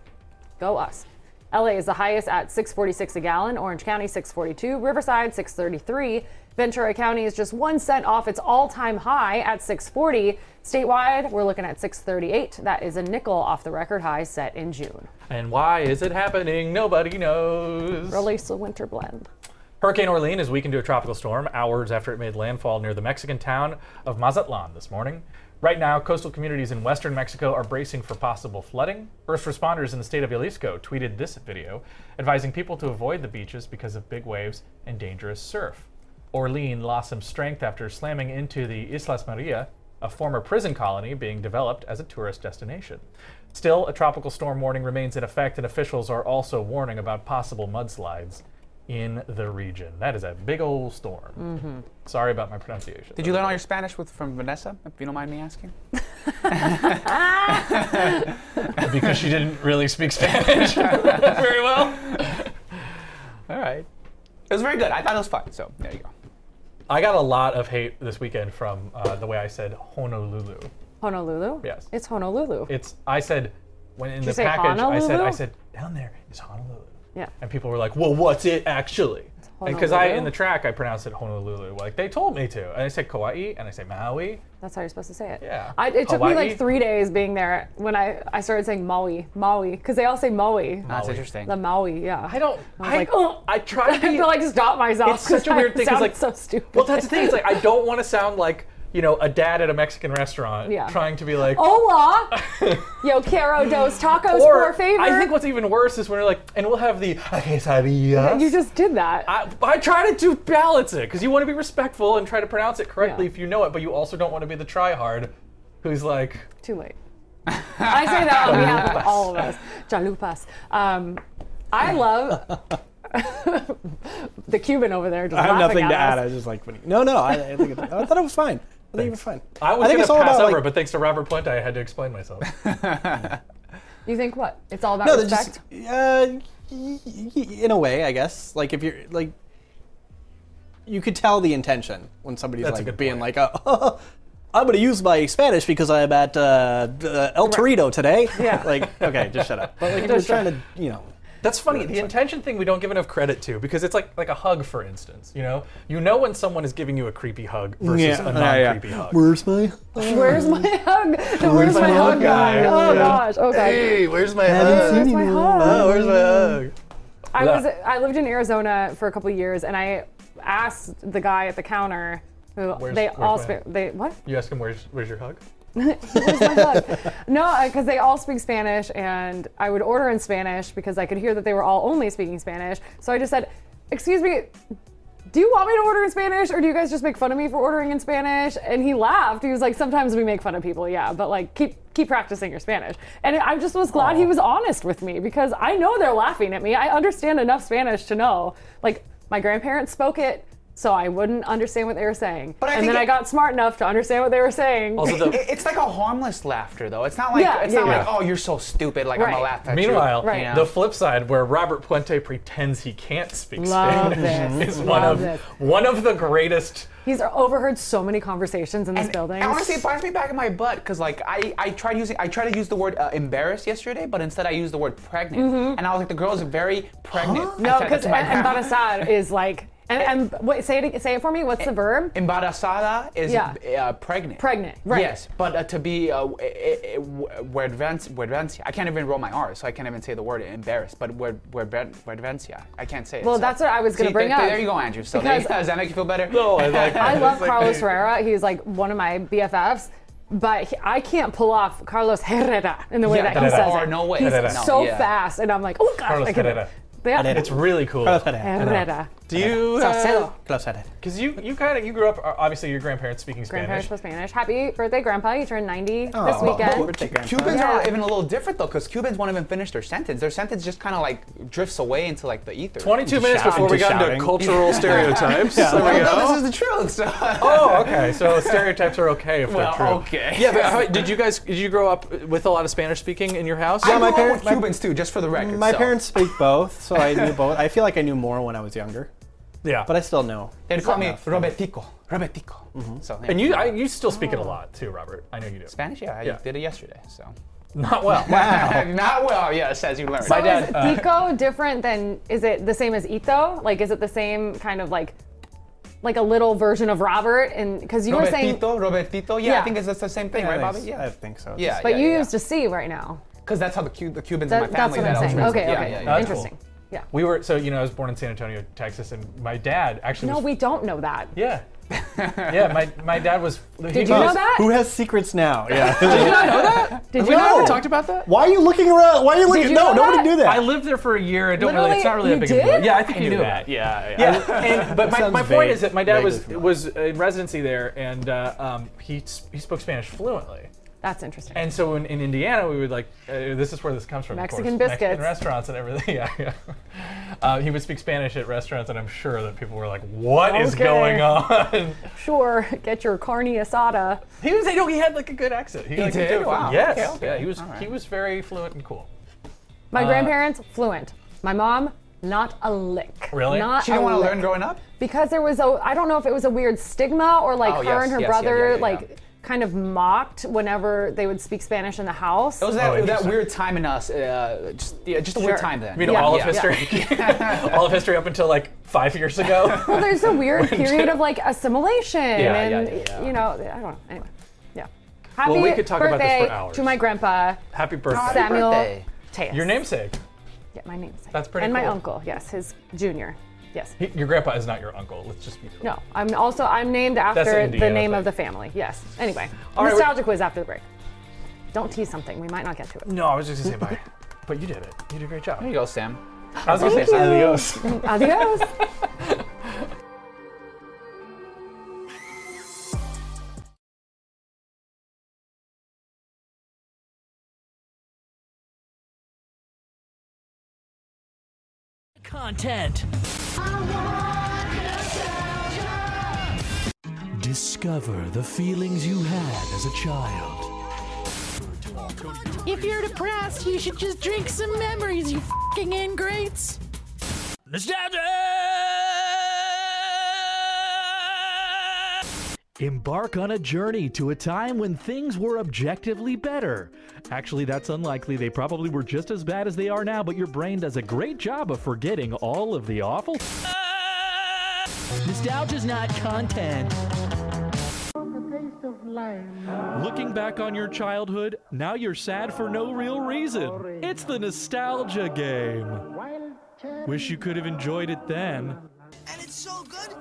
[SPEAKER 1] Go us. LA is the highest at 646 a gallon, Orange County 642, Riverside 633. Ventura County is just 1 cent off its all-time high at 640. Statewide, we're looking at 638. That is a nickel off the record high set in June.
[SPEAKER 2] And why is it happening? Nobody knows.
[SPEAKER 1] Release the winter blend.
[SPEAKER 2] Hurricane Orlean is weakened to a tropical storm hours after it made landfall near the Mexican town of Mazatlan this morning. Right now, coastal communities in western Mexico are bracing for possible flooding. First responders in the state of Jalisco tweeted this video advising people to avoid the beaches because of big waves and dangerous surf. Orlean lost some strength after slamming into the Islas Maria, a former prison colony being developed as a tourist destination. Still, a tropical storm warning remains in effect, and officials are also warning about possible mudslides in the region. That is a big old storm.
[SPEAKER 1] Mm-hmm.
[SPEAKER 2] Sorry about my pronunciation.
[SPEAKER 3] Did you learn all your Spanish with from Vanessa, if you don't mind me asking?
[SPEAKER 2] because she didn't really speak Spanish very well.
[SPEAKER 3] All right. It was very good. I thought it was fun, so there you go.
[SPEAKER 2] I got a lot of hate this weekend from uh, the way I said Honolulu.
[SPEAKER 1] Honolulu?
[SPEAKER 2] Yes.
[SPEAKER 1] It's Honolulu.
[SPEAKER 2] It's I said when in
[SPEAKER 1] you
[SPEAKER 2] the
[SPEAKER 1] say
[SPEAKER 2] package I said I
[SPEAKER 1] Honolulu?
[SPEAKER 2] said down there is Honolulu.
[SPEAKER 1] yeah.
[SPEAKER 2] And people were like, "Well, what's it actually?" Because I
[SPEAKER 1] Honolulu.
[SPEAKER 2] in the track I pronounced it Honolulu. Like they told me to, and I said Kauai, and I say Maui.
[SPEAKER 1] That's how you're supposed to say it.
[SPEAKER 2] Yeah.
[SPEAKER 1] I, it took
[SPEAKER 2] Hawaii.
[SPEAKER 1] me like three days being there when I, I started saying Maui, Maui, because they all say Maui.
[SPEAKER 3] That's
[SPEAKER 2] Maui.
[SPEAKER 3] interesting.
[SPEAKER 1] The Maui, yeah.
[SPEAKER 2] Mm. I don't. I,
[SPEAKER 1] was like, "Oh."
[SPEAKER 2] I try to
[SPEAKER 1] I
[SPEAKER 2] be
[SPEAKER 1] feel like stop myself.
[SPEAKER 2] It's such a
[SPEAKER 1] 'cause
[SPEAKER 2] weird
[SPEAKER 1] I
[SPEAKER 2] thing, 'cause,
[SPEAKER 1] sounded
[SPEAKER 2] like-
[SPEAKER 1] so stupid.
[SPEAKER 2] Well, that's the thing. It's like I don't want to sound like you know a dad at a Mexican restaurant
[SPEAKER 1] Yeah. Oh,
[SPEAKER 2] trying to be like.
[SPEAKER 1] Hola, yo quiero dos tacos
[SPEAKER 2] or
[SPEAKER 1] por favor.
[SPEAKER 2] I think what's even worse is when you're like, and we'll have the quesadillas.
[SPEAKER 1] you just did that.
[SPEAKER 2] uh, I, I try to do balance it because you want to be respectful and try to pronounce it correctly
[SPEAKER 1] Yeah.
[SPEAKER 2] if you know it, but you also don't want to be the tryhard who's like,
[SPEAKER 1] Too late. I say that on behalf of all of us. Chalupas. Um, I love the Cuban over there. Just
[SPEAKER 4] I have
[SPEAKER 1] laughing
[SPEAKER 4] nothing
[SPEAKER 1] at
[SPEAKER 4] to
[SPEAKER 1] us.
[SPEAKER 4] add. I was just like, funny. no, no. I, I think it's, I thought it was fine. I think it was fine.
[SPEAKER 2] I was going
[SPEAKER 4] think
[SPEAKER 2] to
[SPEAKER 4] it's all
[SPEAKER 2] pass
[SPEAKER 4] about,
[SPEAKER 2] over,
[SPEAKER 4] like-
[SPEAKER 2] but thanks to Robert Puente, I had to explain myself.
[SPEAKER 1] You think what? It's all about
[SPEAKER 4] no, they're
[SPEAKER 1] respect.
[SPEAKER 4] just uh, y- y- y- in a way, I guess. Like if you're like, you could tell the intention when somebody's
[SPEAKER 2] That's a
[SPEAKER 4] like
[SPEAKER 2] good
[SPEAKER 4] being
[SPEAKER 2] point.
[SPEAKER 4] like, oh, I'm gonna use my Spanish because I'm at uh, d- uh, El Torito today.
[SPEAKER 1] Yeah.
[SPEAKER 4] like okay, just shut up. But like if you're
[SPEAKER 1] Just
[SPEAKER 4] trying to, you know.
[SPEAKER 2] That's funny. The intention thing we don't give enough credit to because it's like like a hug, for instance. You know, you know when someone is giving you a creepy hug versus a non-creepy hug.
[SPEAKER 4] Where's my?
[SPEAKER 1] Where's my hug? The where's,
[SPEAKER 2] my
[SPEAKER 1] my,
[SPEAKER 2] hug
[SPEAKER 1] hug
[SPEAKER 2] guy?
[SPEAKER 1] guy? Oh
[SPEAKER 2] Yeah.
[SPEAKER 1] gosh. Oh god.
[SPEAKER 2] where's my
[SPEAKER 1] Where's my hug?
[SPEAKER 4] Oh,
[SPEAKER 2] where's my hug?
[SPEAKER 1] I was I lived in Arizona for a couple of years, and I asked the guy at the counter who
[SPEAKER 2] Where's-
[SPEAKER 1] they
[SPEAKER 2] where's
[SPEAKER 1] all
[SPEAKER 2] my
[SPEAKER 1] speak
[SPEAKER 2] hug?
[SPEAKER 1] they what
[SPEAKER 2] You ask him where's where's your hug?
[SPEAKER 1] no because they all speak Spanish, and I would order in Spanish because I could hear that they were all only speaking Spanish. So I just said, "Excuse me." Do you want me to order in Spanish, or do you guys just make fun of me for ordering in Spanish? And he laughed. He was like, "Sometimes we make fun of people, yeah, but like keep keep practicing your Spanish." And I just was glad he was honest with me because I know they're laughing at me. I understand enough Spanish to know, like, my grandparents spoke it, so I wouldn't understand what they were saying.
[SPEAKER 3] But I
[SPEAKER 1] and
[SPEAKER 3] think
[SPEAKER 1] then I
[SPEAKER 3] it-
[SPEAKER 1] got smart enough to understand what they were saying.
[SPEAKER 2] Also, the,
[SPEAKER 3] It- it's like a harmless laughter, though. It's not like
[SPEAKER 1] Yeah,
[SPEAKER 3] it's
[SPEAKER 1] yeah,
[SPEAKER 3] not
[SPEAKER 1] yeah.
[SPEAKER 3] like oh you're so stupid, like I'm
[SPEAKER 1] Right.
[SPEAKER 3] gonna laugh at you.
[SPEAKER 2] meanwhile,
[SPEAKER 1] Right.
[SPEAKER 2] the flip side where Robert Puente pretends he can't speak
[SPEAKER 1] Love
[SPEAKER 2] Spanish
[SPEAKER 1] this.
[SPEAKER 2] is one
[SPEAKER 1] Love
[SPEAKER 2] of
[SPEAKER 1] this.
[SPEAKER 2] one of the greatest.
[SPEAKER 1] He's overheard so many conversations in this
[SPEAKER 3] And-
[SPEAKER 1] building.
[SPEAKER 3] And honestly, it bites me back in my butt because like I, I tried using I tried to use the word uh, embarrassed yesterday, but instead I used the word pregnant, and I was like the girl is very pregnant. I
[SPEAKER 1] Mm-hmm. no,
[SPEAKER 3] said that
[SPEAKER 1] because
[SPEAKER 3] to my grandma.
[SPEAKER 1] embarazada is like, and, and wait, say it, say it for me. What's the verb?
[SPEAKER 3] embarazada is
[SPEAKER 1] Yeah.
[SPEAKER 3] uh, pregnant.
[SPEAKER 1] Pregnant, right.
[SPEAKER 3] Yes, but uh, to be uh, advanced, I can't even roll my R, so I can't even say the word embarrassed. But advancia, I can't say it.
[SPEAKER 1] Well,
[SPEAKER 3] so-
[SPEAKER 1] that's what I was gonna
[SPEAKER 3] See,
[SPEAKER 1] bring
[SPEAKER 3] th- th-
[SPEAKER 1] up.
[SPEAKER 3] There you go, Andrew. So there you-
[SPEAKER 1] Because-
[SPEAKER 3] does that make you feel better?
[SPEAKER 2] No, I like
[SPEAKER 1] I
[SPEAKER 2] that.
[SPEAKER 1] love
[SPEAKER 2] It's like-
[SPEAKER 1] Carlos Herrera. He's like one of my BFFs, but he- I can't pull off Carlos Herrera in the way that
[SPEAKER 3] Yeah,
[SPEAKER 1] he
[SPEAKER 2] Herrera.
[SPEAKER 1] says
[SPEAKER 2] Or
[SPEAKER 1] it.
[SPEAKER 3] no way.
[SPEAKER 1] He's
[SPEAKER 2] Herrera.
[SPEAKER 1] so
[SPEAKER 3] No, yeah.
[SPEAKER 1] fast, and I'm like, oh gosh,
[SPEAKER 2] Carlos
[SPEAKER 1] I can
[SPEAKER 2] Herrera.
[SPEAKER 1] Yeah.
[SPEAKER 4] Herrera.
[SPEAKER 2] It's really cool.
[SPEAKER 4] Carlos Herrera.
[SPEAKER 1] Herrera.
[SPEAKER 2] Do you
[SPEAKER 3] Salcedo.
[SPEAKER 4] Carlos Herrera.
[SPEAKER 2] Because you you kind of you grew up uh, obviously your grandparents speaking
[SPEAKER 1] Grandparents
[SPEAKER 2] Spanish.
[SPEAKER 1] spoke Spanish. Happy birthday, Grandpa. You turned 90 this
[SPEAKER 4] Oh,
[SPEAKER 1] weekend.
[SPEAKER 4] birthday, Grandpa.
[SPEAKER 3] Cubans
[SPEAKER 1] Yeah.
[SPEAKER 3] are even a little different though, because Cubans won't even finish their sentence. Their sentence just kind of like drifts away into like the ether.
[SPEAKER 2] 22 minutes
[SPEAKER 4] Shouting,
[SPEAKER 2] before we
[SPEAKER 4] just
[SPEAKER 2] got into
[SPEAKER 4] shouting.
[SPEAKER 2] cultural stereotypes.
[SPEAKER 4] Yeah.
[SPEAKER 2] There
[SPEAKER 3] Well,
[SPEAKER 2] we
[SPEAKER 3] no,
[SPEAKER 2] go.
[SPEAKER 3] this is the truth. So.
[SPEAKER 2] Oh, okay. So stereotypes are okay if
[SPEAKER 3] Well,
[SPEAKER 2] they're true.
[SPEAKER 3] okay.
[SPEAKER 2] Yeah, but how, did you guys did you grow up with a lot of Spanish speaking in your house?
[SPEAKER 3] I
[SPEAKER 4] Yeah,
[SPEAKER 3] grew
[SPEAKER 4] my
[SPEAKER 3] up with
[SPEAKER 4] parents- my-
[SPEAKER 3] Cubans too, just for the record.
[SPEAKER 4] My
[SPEAKER 3] so.
[SPEAKER 4] parents speak both, so I knew both. I feel like I knew more when I was younger,
[SPEAKER 2] yeah.
[SPEAKER 4] but I still know.
[SPEAKER 3] They'd call me Robertico. Robertico. So,
[SPEAKER 2] and you I, you still speak it a lot too, Robert. I know you do.
[SPEAKER 3] Spanish? Yeah, I
[SPEAKER 2] Yeah.
[SPEAKER 3] did it yesterday. So.
[SPEAKER 2] Not well.
[SPEAKER 3] Not well. Yes, as you learned.
[SPEAKER 1] So
[SPEAKER 2] My dad,
[SPEAKER 1] is
[SPEAKER 2] uh,
[SPEAKER 1] Dico different than? Is it the same as Ito? Like, is it the same kind of like, like a little version of Robert? And because you were saying,
[SPEAKER 3] Robertito, Robertito. Yeah,
[SPEAKER 1] Yeah.
[SPEAKER 3] I think it's that's the same thing, right,
[SPEAKER 4] I
[SPEAKER 3] Bobby?
[SPEAKER 4] think-
[SPEAKER 3] Yeah.
[SPEAKER 4] I think so.
[SPEAKER 3] Yeah.
[SPEAKER 1] but
[SPEAKER 3] yeah,
[SPEAKER 1] you
[SPEAKER 3] yeah.
[SPEAKER 1] used a C right now.
[SPEAKER 3] Because that's how the, Cu- the Cubans
[SPEAKER 1] That-
[SPEAKER 3] in my
[SPEAKER 1] that's
[SPEAKER 3] family.
[SPEAKER 1] what I'm
[SPEAKER 3] that I was
[SPEAKER 1] saying.
[SPEAKER 3] raised
[SPEAKER 1] Okay,
[SPEAKER 3] with. Yeah,
[SPEAKER 1] okay,
[SPEAKER 3] yeah, yeah.
[SPEAKER 2] That's
[SPEAKER 1] interesting. Yeah.
[SPEAKER 2] We were so you know I was born in San Antonio, Texas, and my dad actually.
[SPEAKER 1] No,
[SPEAKER 2] was,
[SPEAKER 1] we don't know that.
[SPEAKER 2] Yeah. yeah, my my dad was.
[SPEAKER 1] Did you know that?
[SPEAKER 4] Who has secrets now? Yeah.
[SPEAKER 1] Did you
[SPEAKER 2] We
[SPEAKER 1] know?
[SPEAKER 2] never
[SPEAKER 1] that?
[SPEAKER 2] talked about that.
[SPEAKER 4] Why are you looking around? Why are you looking?
[SPEAKER 1] you
[SPEAKER 4] no,
[SPEAKER 1] know
[SPEAKER 4] nobody
[SPEAKER 1] that?
[SPEAKER 4] knew that.
[SPEAKER 2] I lived there for a year. I don't really. It's
[SPEAKER 1] Literally?
[SPEAKER 2] not really
[SPEAKER 1] You
[SPEAKER 2] that big of a deal.
[SPEAKER 1] did?
[SPEAKER 2] Yeah, I think
[SPEAKER 3] I
[SPEAKER 2] you
[SPEAKER 3] knew
[SPEAKER 2] knew
[SPEAKER 3] that.
[SPEAKER 2] that.
[SPEAKER 3] Yeah, yeah.
[SPEAKER 2] Yeah, and, but my,
[SPEAKER 4] sounds
[SPEAKER 2] my point
[SPEAKER 4] vague.
[SPEAKER 2] is that my dad
[SPEAKER 4] Vaguely
[SPEAKER 2] was
[SPEAKER 4] familiar.
[SPEAKER 2] was in residency there, and uh, um, he s- he spoke Spanish fluently.
[SPEAKER 1] That's interesting.
[SPEAKER 2] And so in, in Indiana, we would like uh, this is where this comes from. of
[SPEAKER 1] Mexican
[SPEAKER 2] course.
[SPEAKER 1] biscuits.
[SPEAKER 2] Mexican restaurants, and everything. Yeah, yeah. Uh, he would speak Spanish at restaurants, and I'm sure that people were like, "What is
[SPEAKER 1] Okay.
[SPEAKER 2] going on?"
[SPEAKER 1] sure, get your carne asada.
[SPEAKER 2] he was. I know he had like a good accent. He, like,
[SPEAKER 3] did?
[SPEAKER 2] it.
[SPEAKER 3] Wow.
[SPEAKER 2] Yes.
[SPEAKER 3] Okay, okay.
[SPEAKER 2] Yeah. He was.
[SPEAKER 3] All right.
[SPEAKER 2] He was very fluent and cool.
[SPEAKER 3] Uh,
[SPEAKER 1] My grandparents fluent. My mom, not a lick.
[SPEAKER 2] Really?
[SPEAKER 1] Not
[SPEAKER 3] She didn't
[SPEAKER 1] a
[SPEAKER 3] want to
[SPEAKER 1] lick.
[SPEAKER 3] learn growing up?
[SPEAKER 1] because there was a I don't know if it was a weird stigma or like
[SPEAKER 3] Oh,
[SPEAKER 1] her
[SPEAKER 3] yes,
[SPEAKER 1] and her
[SPEAKER 3] yes, yeah,
[SPEAKER 1] brother
[SPEAKER 3] yeah, yeah,
[SPEAKER 1] like
[SPEAKER 3] yeah.
[SPEAKER 1] kind of mocked whenever they would speak Spanish in the house.
[SPEAKER 3] It was that,
[SPEAKER 2] Oh,
[SPEAKER 3] that
[SPEAKER 2] interesting.
[SPEAKER 3] weird time in us. Uh, just, yeah, just a weird
[SPEAKER 1] Sure.
[SPEAKER 3] time then.
[SPEAKER 2] You know,
[SPEAKER 1] Yeah,
[SPEAKER 2] all
[SPEAKER 1] yeah,
[SPEAKER 2] of history, all of history up until like five years ago.
[SPEAKER 1] well, there's a weird period of like assimilation
[SPEAKER 2] yeah,
[SPEAKER 1] and
[SPEAKER 2] yeah, yeah.
[SPEAKER 1] you know I don't know anyway yeah. Happy
[SPEAKER 2] we could talk
[SPEAKER 1] birthday
[SPEAKER 2] about this for hours.
[SPEAKER 1] to my grandpa
[SPEAKER 2] Happy birthday.
[SPEAKER 3] Happy
[SPEAKER 1] Samuel
[SPEAKER 3] birthday.
[SPEAKER 1] Tejas.
[SPEAKER 2] Your namesake.
[SPEAKER 1] Yeah, my namesake.
[SPEAKER 2] That's pretty
[SPEAKER 1] And my
[SPEAKER 2] cool.
[SPEAKER 1] uncle, yes, his junior, yes.
[SPEAKER 2] He- Your grandpa is not your uncle. Let's just be clear.
[SPEAKER 1] No, I'm also I'm named after
[SPEAKER 2] Indiana
[SPEAKER 1] the name
[SPEAKER 2] thing.
[SPEAKER 1] of the family. Yes. Anyway,
[SPEAKER 2] All right, we-
[SPEAKER 1] nostalgia quiz after the break. Don't tease something. We might not get to it.
[SPEAKER 2] No, I was just gonna say bye. But you did it. You did a great job.
[SPEAKER 3] There you go, Sam.
[SPEAKER 2] I was gonna
[SPEAKER 1] you.
[SPEAKER 2] say adios.
[SPEAKER 1] Adios.
[SPEAKER 5] content. Discover the feelings you had as a child.
[SPEAKER 6] If you're depressed, you should just drink some memories, you fing ingrates.
[SPEAKER 5] Nostalgia! Embark on a journey to a time when things were objectively better. Actually, that's unlikely. They probably were just as bad as they are now, but your brain does a great job of forgetting all of the awful. Nostalgia's not content. Looking back on your childhood, now you're sad for no real reason. It's the nostalgia game. Wish you could have enjoyed it then.
[SPEAKER 7] and it's so good.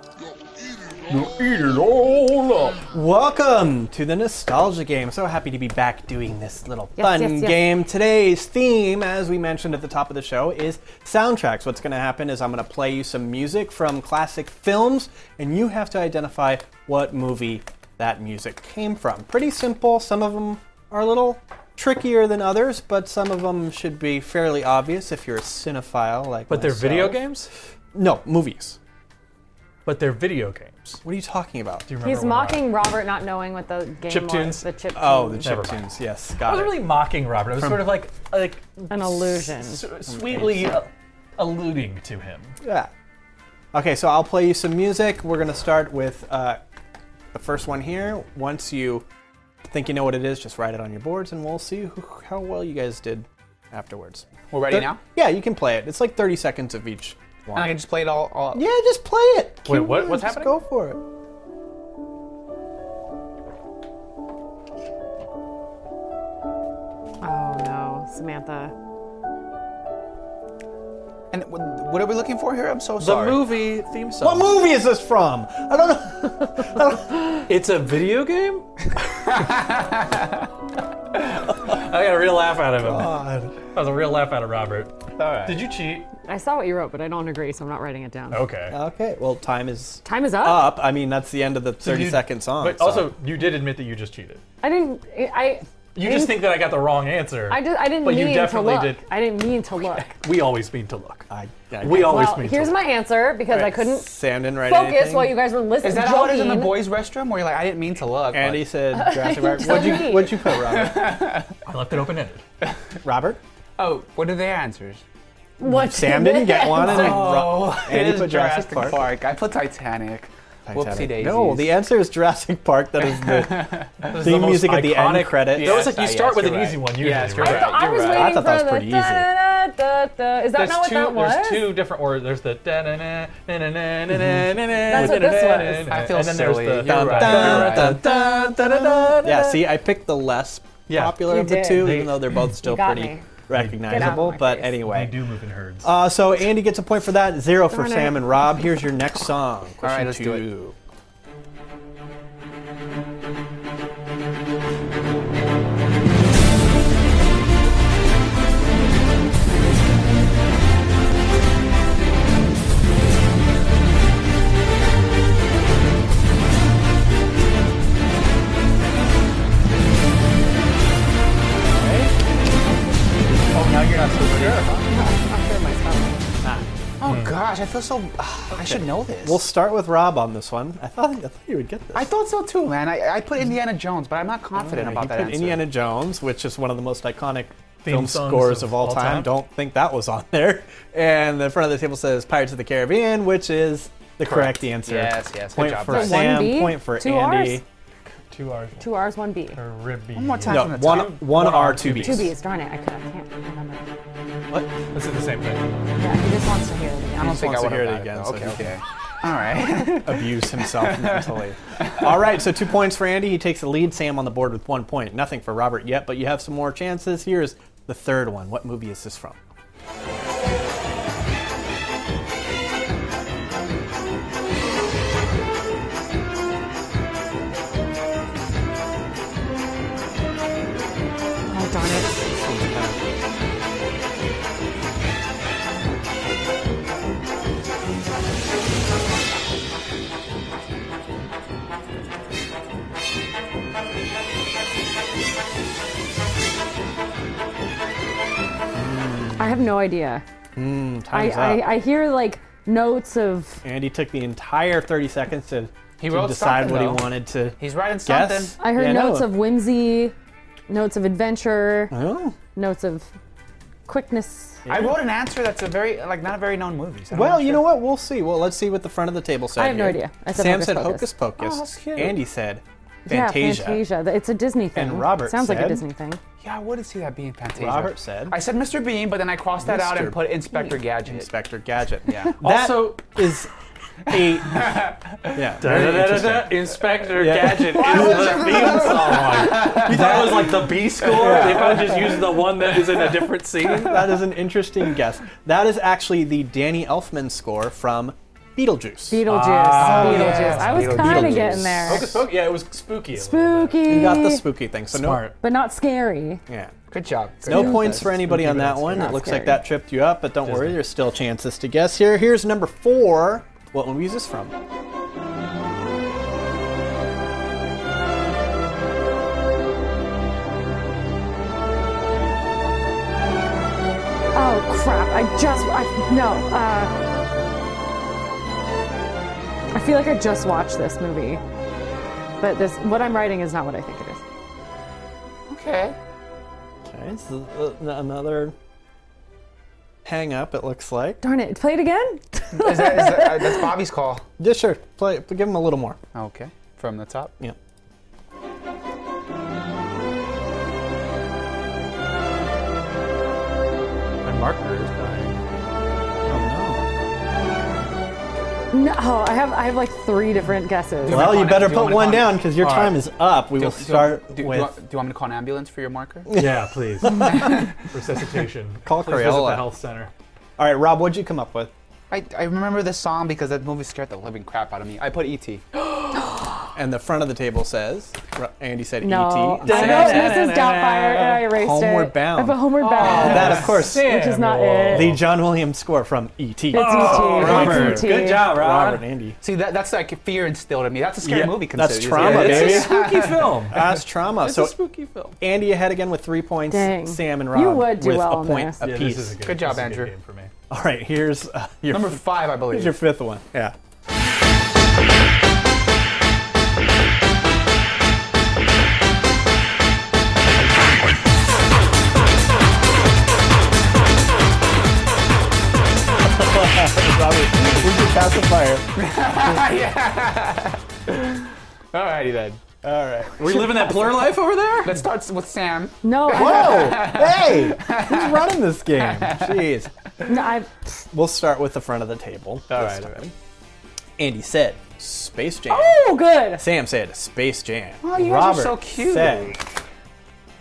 [SPEAKER 4] Welcome to the Nostalgia Game. So happy to be back doing this little
[SPEAKER 1] Yes,
[SPEAKER 4] fun
[SPEAKER 1] yes, yes.
[SPEAKER 4] game. Today's theme, as we mentioned at the top of the show, is soundtracks. What's going to happen is I'm going to play you some music from classic films, and you have to identify what movie that music came from. Pretty simple. Some of them are a little trickier than others, but some of them should be fairly obvious if you're a cinephile like
[SPEAKER 2] But they're
[SPEAKER 4] myself.
[SPEAKER 2] video games?
[SPEAKER 4] No, movies.
[SPEAKER 2] but they're video games.
[SPEAKER 4] What are you talking about?
[SPEAKER 2] Do you remember
[SPEAKER 1] He's
[SPEAKER 2] when I-
[SPEAKER 1] mocking Robert not knowing what the game was.
[SPEAKER 2] Chiptunes?
[SPEAKER 1] The chip
[SPEAKER 4] Oh, the
[SPEAKER 2] Never
[SPEAKER 4] chip tunes. Yes,
[SPEAKER 2] I
[SPEAKER 4] got it.
[SPEAKER 2] wasn't really mocking Robert. I was sort of like like
[SPEAKER 1] An illusion.
[SPEAKER 2] s- sweetly uh, alluding to him.
[SPEAKER 4] Yeah. Okay, so I'll play you some music. We're gonna start with uh, the first one here. Once you think you know what it is, just write it on your boards, and we'll see who, how well you guys did afterwards.
[SPEAKER 3] We're ready
[SPEAKER 4] Thir-
[SPEAKER 3] now?
[SPEAKER 4] Yeah, you can play it. It's like 30 seconds of each
[SPEAKER 3] And I
[SPEAKER 4] one.
[SPEAKER 3] can just play it all. all
[SPEAKER 4] Yeah, just play it.
[SPEAKER 2] Wait,
[SPEAKER 4] Cue
[SPEAKER 2] what-
[SPEAKER 4] it.
[SPEAKER 2] what's
[SPEAKER 4] Just
[SPEAKER 2] happening?
[SPEAKER 4] Go for it.
[SPEAKER 1] Oh no, Samantha.
[SPEAKER 3] And wh- what are we looking for here? I'm so sorry.
[SPEAKER 2] The movie theme song.
[SPEAKER 4] What movie is this from? I don't know.
[SPEAKER 2] It's a video game? I got a real laugh out of him. That was a real laugh out of Robert.
[SPEAKER 3] All right.
[SPEAKER 2] Did you cheat?
[SPEAKER 1] I saw what you wrote, but I don't agree, so I'm not writing it down.
[SPEAKER 2] Okay.
[SPEAKER 4] Okay, well, time is
[SPEAKER 1] Time is up.
[SPEAKER 4] up. I mean, that's the end of the
[SPEAKER 2] So you-
[SPEAKER 4] 30 second song.
[SPEAKER 2] But
[SPEAKER 4] so-
[SPEAKER 2] also, you did admit that you just cheated.
[SPEAKER 1] I didn't. I.
[SPEAKER 2] You
[SPEAKER 1] I didn't-
[SPEAKER 2] just think that I got the wrong answer.
[SPEAKER 1] I, just, I didn't
[SPEAKER 2] But you
[SPEAKER 1] mean to
[SPEAKER 2] definitely
[SPEAKER 1] look.
[SPEAKER 2] did.
[SPEAKER 1] I didn't mean to look.
[SPEAKER 2] We always mean to look.
[SPEAKER 4] I, I
[SPEAKER 2] We always
[SPEAKER 1] well,
[SPEAKER 2] mean
[SPEAKER 1] here's
[SPEAKER 2] to
[SPEAKER 1] my answer because I couldn't focus
[SPEAKER 4] Sam didn't write anything.
[SPEAKER 1] while you guys were listening.
[SPEAKER 3] Is that how it is in the boys' restroom where you're like, I didn't mean to look? but-
[SPEAKER 4] Andy said Jurassic Park.
[SPEAKER 1] Just
[SPEAKER 4] What'd you,
[SPEAKER 1] me.
[SPEAKER 4] what'd you put, Robert?
[SPEAKER 2] look. I left it open ended.
[SPEAKER 4] Robert?
[SPEAKER 3] oh, what are their answers?
[SPEAKER 1] What
[SPEAKER 4] Sam didn't get one. And
[SPEAKER 3] Oh,
[SPEAKER 4] Ro-
[SPEAKER 3] it
[SPEAKER 4] Andy
[SPEAKER 3] is
[SPEAKER 4] put Jurassic, Park.
[SPEAKER 3] I put Titanic. Whoopsie daisies.
[SPEAKER 4] No, the answer is Jurassic Park. That is the theme music at the end credit.
[SPEAKER 2] That was like
[SPEAKER 3] Yes,
[SPEAKER 2] you
[SPEAKER 3] uh,
[SPEAKER 2] start
[SPEAKER 3] yes,
[SPEAKER 2] with an
[SPEAKER 3] you're
[SPEAKER 2] easy
[SPEAKER 3] right.
[SPEAKER 2] one usually.
[SPEAKER 3] Yes, you're
[SPEAKER 1] I,
[SPEAKER 2] right?
[SPEAKER 3] right.
[SPEAKER 1] thought, I
[SPEAKER 3] You're
[SPEAKER 1] was
[SPEAKER 3] right.
[SPEAKER 1] waiting
[SPEAKER 4] I thought that
[SPEAKER 1] for
[SPEAKER 4] was
[SPEAKER 1] the
[SPEAKER 4] pretty
[SPEAKER 1] da-da-da-da-da. Is that
[SPEAKER 2] There's
[SPEAKER 1] not what
[SPEAKER 2] two.
[SPEAKER 1] that was?
[SPEAKER 2] There's two different words. There's the da na na na na na na
[SPEAKER 1] That's what this was.
[SPEAKER 3] I feel
[SPEAKER 2] and then there's
[SPEAKER 3] silly.
[SPEAKER 2] the
[SPEAKER 3] You're
[SPEAKER 2] Dun,
[SPEAKER 3] right.
[SPEAKER 2] dun,
[SPEAKER 3] You're right.
[SPEAKER 2] dun, dun, dun, dun, dun,
[SPEAKER 4] Yeah,
[SPEAKER 2] dun.
[SPEAKER 4] see, I picked the less
[SPEAKER 2] Yeah.
[SPEAKER 4] popular
[SPEAKER 1] You
[SPEAKER 4] of the
[SPEAKER 1] did.
[SPEAKER 4] two,
[SPEAKER 1] They-
[SPEAKER 4] even though they're both still
[SPEAKER 1] got
[SPEAKER 4] pretty
[SPEAKER 1] me.
[SPEAKER 4] recognizable.
[SPEAKER 1] my
[SPEAKER 4] But
[SPEAKER 1] face.
[SPEAKER 2] They
[SPEAKER 4] anyway.
[SPEAKER 2] do move in herds.
[SPEAKER 4] Uh, so Andy gets a point for that, zero for
[SPEAKER 1] Darn it.
[SPEAKER 4] Sam and Rob. Here's your next
[SPEAKER 3] All
[SPEAKER 4] song.
[SPEAKER 3] right,
[SPEAKER 4] Question
[SPEAKER 3] let's
[SPEAKER 4] two.
[SPEAKER 3] do it.
[SPEAKER 2] oh, now you're not so sure.
[SPEAKER 3] Oh gosh, I feel so. I should know this.
[SPEAKER 4] Hmm. We'll start with Rob on this one. I thought, I thought you would get this.
[SPEAKER 3] I thought so too, man. I, I put Indiana Jones, but I'm not confident
[SPEAKER 4] Yeah,
[SPEAKER 3] about
[SPEAKER 4] he
[SPEAKER 3] that
[SPEAKER 4] put
[SPEAKER 3] answer.
[SPEAKER 4] Indiana Jones, which is one of the most iconic film
[SPEAKER 2] songs
[SPEAKER 4] scores
[SPEAKER 2] of
[SPEAKER 4] of all,
[SPEAKER 2] all
[SPEAKER 4] time.
[SPEAKER 2] time.
[SPEAKER 4] Don't think that was on there. And the front of the table says Pirates of the Caribbean, which is the correct, answer.
[SPEAKER 3] Yes, yes, good
[SPEAKER 4] Point
[SPEAKER 3] job,
[SPEAKER 4] for
[SPEAKER 3] guys.
[SPEAKER 1] So one
[SPEAKER 4] Sam.
[SPEAKER 1] B,
[SPEAKER 4] point for
[SPEAKER 1] two
[SPEAKER 4] Andy.
[SPEAKER 1] Rs?
[SPEAKER 2] Two R's.
[SPEAKER 1] Two R's, one B.
[SPEAKER 2] Caribbean.
[SPEAKER 3] One more time
[SPEAKER 4] No,
[SPEAKER 3] from the
[SPEAKER 4] one,
[SPEAKER 3] top.
[SPEAKER 4] one
[SPEAKER 2] One
[SPEAKER 4] R,
[SPEAKER 2] R,
[SPEAKER 4] two
[SPEAKER 2] two
[SPEAKER 4] B's.
[SPEAKER 1] Two B's. Darn it, I could. I can't remember.
[SPEAKER 2] What? Let's do the same thing.
[SPEAKER 1] Yeah, he just wants to hear it again.
[SPEAKER 3] I don't think I
[SPEAKER 4] wants to
[SPEAKER 3] would
[SPEAKER 4] hear
[SPEAKER 3] have
[SPEAKER 4] it
[SPEAKER 3] got it
[SPEAKER 4] again,
[SPEAKER 3] though.
[SPEAKER 4] so
[SPEAKER 3] Okay,
[SPEAKER 4] he
[SPEAKER 3] okay. All right.
[SPEAKER 4] Abuse himself mentally. All right, so two points for Andy. He takes the lead. Sam on the board with one point. Nothing for Robert yet, but you have some more chances. Here's the third one. What movie is this from?
[SPEAKER 1] Oh, darn it. I have no idea. I,
[SPEAKER 4] Time's up.
[SPEAKER 1] I, I hear like notes of.
[SPEAKER 4] Andy took the entire 30 seconds to,
[SPEAKER 3] He
[SPEAKER 4] to
[SPEAKER 3] wrote
[SPEAKER 4] decide
[SPEAKER 3] something,
[SPEAKER 4] what
[SPEAKER 3] though.
[SPEAKER 4] he wanted to
[SPEAKER 3] He's writing something.
[SPEAKER 4] guess.
[SPEAKER 1] I heard
[SPEAKER 4] Yeah,
[SPEAKER 1] notes
[SPEAKER 4] no.
[SPEAKER 1] of whimsy, notes of adventure,
[SPEAKER 4] Oh.
[SPEAKER 1] notes of quickness.
[SPEAKER 3] I wrote an answer that's a very like not a very known movie. so I'm
[SPEAKER 4] Well,
[SPEAKER 3] not
[SPEAKER 4] you
[SPEAKER 3] sure.
[SPEAKER 4] know what? We'll see. Well, let's see what the front of the table said.
[SPEAKER 1] I have no
[SPEAKER 4] here.
[SPEAKER 1] idea. I said
[SPEAKER 4] Sam
[SPEAKER 1] Hocus
[SPEAKER 4] said
[SPEAKER 1] Pocus.
[SPEAKER 4] Hocus Pocus.
[SPEAKER 3] Oh, that's cute.
[SPEAKER 4] Andy said
[SPEAKER 1] Yeah,
[SPEAKER 4] Fantasia.
[SPEAKER 1] Fantasia. Th- It's a Disney thing.
[SPEAKER 4] And Robert
[SPEAKER 1] Sounds like
[SPEAKER 4] said-
[SPEAKER 1] a Disney thing.
[SPEAKER 3] Yeah, I wouldn't see that being Fantasia.
[SPEAKER 4] Robert said-
[SPEAKER 3] I said Mr. Bean, but then I crossed that out
[SPEAKER 4] Mr.
[SPEAKER 3] and put Inspector Gadget.
[SPEAKER 4] Inspector Gadget.
[SPEAKER 3] Yeah.
[SPEAKER 4] That
[SPEAKER 2] Also-
[SPEAKER 4] is a yeah. very interesting.
[SPEAKER 2] Inspector
[SPEAKER 4] Yeah.
[SPEAKER 2] Gadget is the theme song. You thought it was like the B score? If I just used the one that is in a different scene?
[SPEAKER 4] That is an interesting guess. That is actually the Danny Elfman score from Beetlejuice.
[SPEAKER 1] Beetlejuice. Beetlejuice.
[SPEAKER 3] yes,
[SPEAKER 1] I was
[SPEAKER 3] Beetlejuice.
[SPEAKER 1] kind of
[SPEAKER 4] Ah, Beetlejuice.
[SPEAKER 1] getting there.
[SPEAKER 2] Hocus Pocus? Yeah, it was spooky. a little bit.
[SPEAKER 1] Spooky.
[SPEAKER 4] you got the spooky thing. So
[SPEAKER 2] Smart.
[SPEAKER 1] But not scary.
[SPEAKER 4] no. Yeah.
[SPEAKER 3] Good job. Good
[SPEAKER 4] No
[SPEAKER 3] job,
[SPEAKER 4] points
[SPEAKER 3] guys.
[SPEAKER 4] for anybody on that one. It
[SPEAKER 1] Not
[SPEAKER 4] looks
[SPEAKER 1] scary.
[SPEAKER 4] like that tripped you up, but don't worry, there's still chances to guess here. Here's number four. What movie is this from?
[SPEAKER 1] Oh crap! I just I, no. Uh, I feel like I just watched this movie, but this what I'm writing is not what I think it is.
[SPEAKER 3] Okay.
[SPEAKER 4] Okay, so uh, n- another hang up, it looks like.
[SPEAKER 1] Darn it! Play it again.
[SPEAKER 3] Is that, is that, uh, that's Bobby's call.
[SPEAKER 4] Yeah, sure. Play, give him a little more.
[SPEAKER 3] Okay. From the top.
[SPEAKER 4] Yeah.
[SPEAKER 2] My marker is dying.
[SPEAKER 3] Oh
[SPEAKER 1] no, I have I have like three different guesses.
[SPEAKER 3] Well,
[SPEAKER 4] Well,
[SPEAKER 3] you
[SPEAKER 4] you
[SPEAKER 3] want it?
[SPEAKER 4] better
[SPEAKER 3] Do you
[SPEAKER 4] put
[SPEAKER 3] want it
[SPEAKER 4] one
[SPEAKER 3] on?
[SPEAKER 4] down because your
[SPEAKER 3] All
[SPEAKER 4] time
[SPEAKER 3] right.
[SPEAKER 4] is up. We
[SPEAKER 3] no.
[SPEAKER 4] will start
[SPEAKER 3] do, do, you want-
[SPEAKER 4] with.
[SPEAKER 3] do you want me to call an ambulance for your marker?
[SPEAKER 5] Yeah, please. Resuscitation.
[SPEAKER 4] Call
[SPEAKER 5] please visit
[SPEAKER 4] Crayola.
[SPEAKER 5] the health center.
[SPEAKER 4] All right, Rob, what'd you come up with?
[SPEAKER 3] I, I remember this song because that movie scared the living crap out of me. I put E E.T.
[SPEAKER 4] And the front of the table says, Ro- Andy said
[SPEAKER 1] No,
[SPEAKER 4] E.T.
[SPEAKER 1] I
[SPEAKER 4] and Sam
[SPEAKER 1] wrote
[SPEAKER 4] said- E
[SPEAKER 1] Mrs. Doubtfire and I erased it.
[SPEAKER 4] Homeward Bound.
[SPEAKER 1] I put Homeward Bound.
[SPEAKER 4] That, of course,
[SPEAKER 1] which is not
[SPEAKER 2] Samuel.
[SPEAKER 1] it.
[SPEAKER 4] the John Williams score from E E.T.
[SPEAKER 1] It's E ET.
[SPEAKER 4] Oh, Robert.
[SPEAKER 1] It's ET.
[SPEAKER 2] Good job, Rob.
[SPEAKER 4] Robert and Andy.
[SPEAKER 3] See, that, that's like fear instilled in me. That's a scary
[SPEAKER 4] Yeah,
[SPEAKER 3] movie. considered,
[SPEAKER 4] that's
[SPEAKER 3] isn't
[SPEAKER 4] trauma,
[SPEAKER 3] it?
[SPEAKER 4] baby.
[SPEAKER 2] It's a spooky film.
[SPEAKER 4] That's trauma.
[SPEAKER 2] It's
[SPEAKER 4] so
[SPEAKER 2] a spooky film.
[SPEAKER 4] Andy ahead again with three points.
[SPEAKER 1] Dang.
[SPEAKER 4] Sam and Rob
[SPEAKER 1] You would do
[SPEAKER 4] with
[SPEAKER 1] well
[SPEAKER 4] a
[SPEAKER 1] on
[SPEAKER 4] point
[SPEAKER 1] this.
[SPEAKER 5] Yeah,
[SPEAKER 4] apiece.
[SPEAKER 5] this is a good,
[SPEAKER 3] Good job,
[SPEAKER 5] this is a
[SPEAKER 3] Andrew.
[SPEAKER 5] game for me.
[SPEAKER 4] All right, here's uh, your
[SPEAKER 3] Number five, I
[SPEAKER 4] Here's
[SPEAKER 3] believe.
[SPEAKER 4] your fifth one. Yeah. Robbie, who's your pacifier?
[SPEAKER 3] Alrighty then.
[SPEAKER 4] All right.
[SPEAKER 2] We living that blur life over there?
[SPEAKER 3] That starts with Sam.
[SPEAKER 1] No, I,
[SPEAKER 4] Whoa! Hey! Who's running this game? Jeez.
[SPEAKER 1] no, I,
[SPEAKER 4] We'll start with the front of the table.
[SPEAKER 2] All
[SPEAKER 4] this
[SPEAKER 2] right, all
[SPEAKER 4] time.
[SPEAKER 2] right.
[SPEAKER 4] Andy said, Space Jam.
[SPEAKER 1] oh, good.
[SPEAKER 4] Sam said, Space Jam.
[SPEAKER 3] Oh, you
[SPEAKER 4] Robert
[SPEAKER 3] guys are so cute.
[SPEAKER 4] said,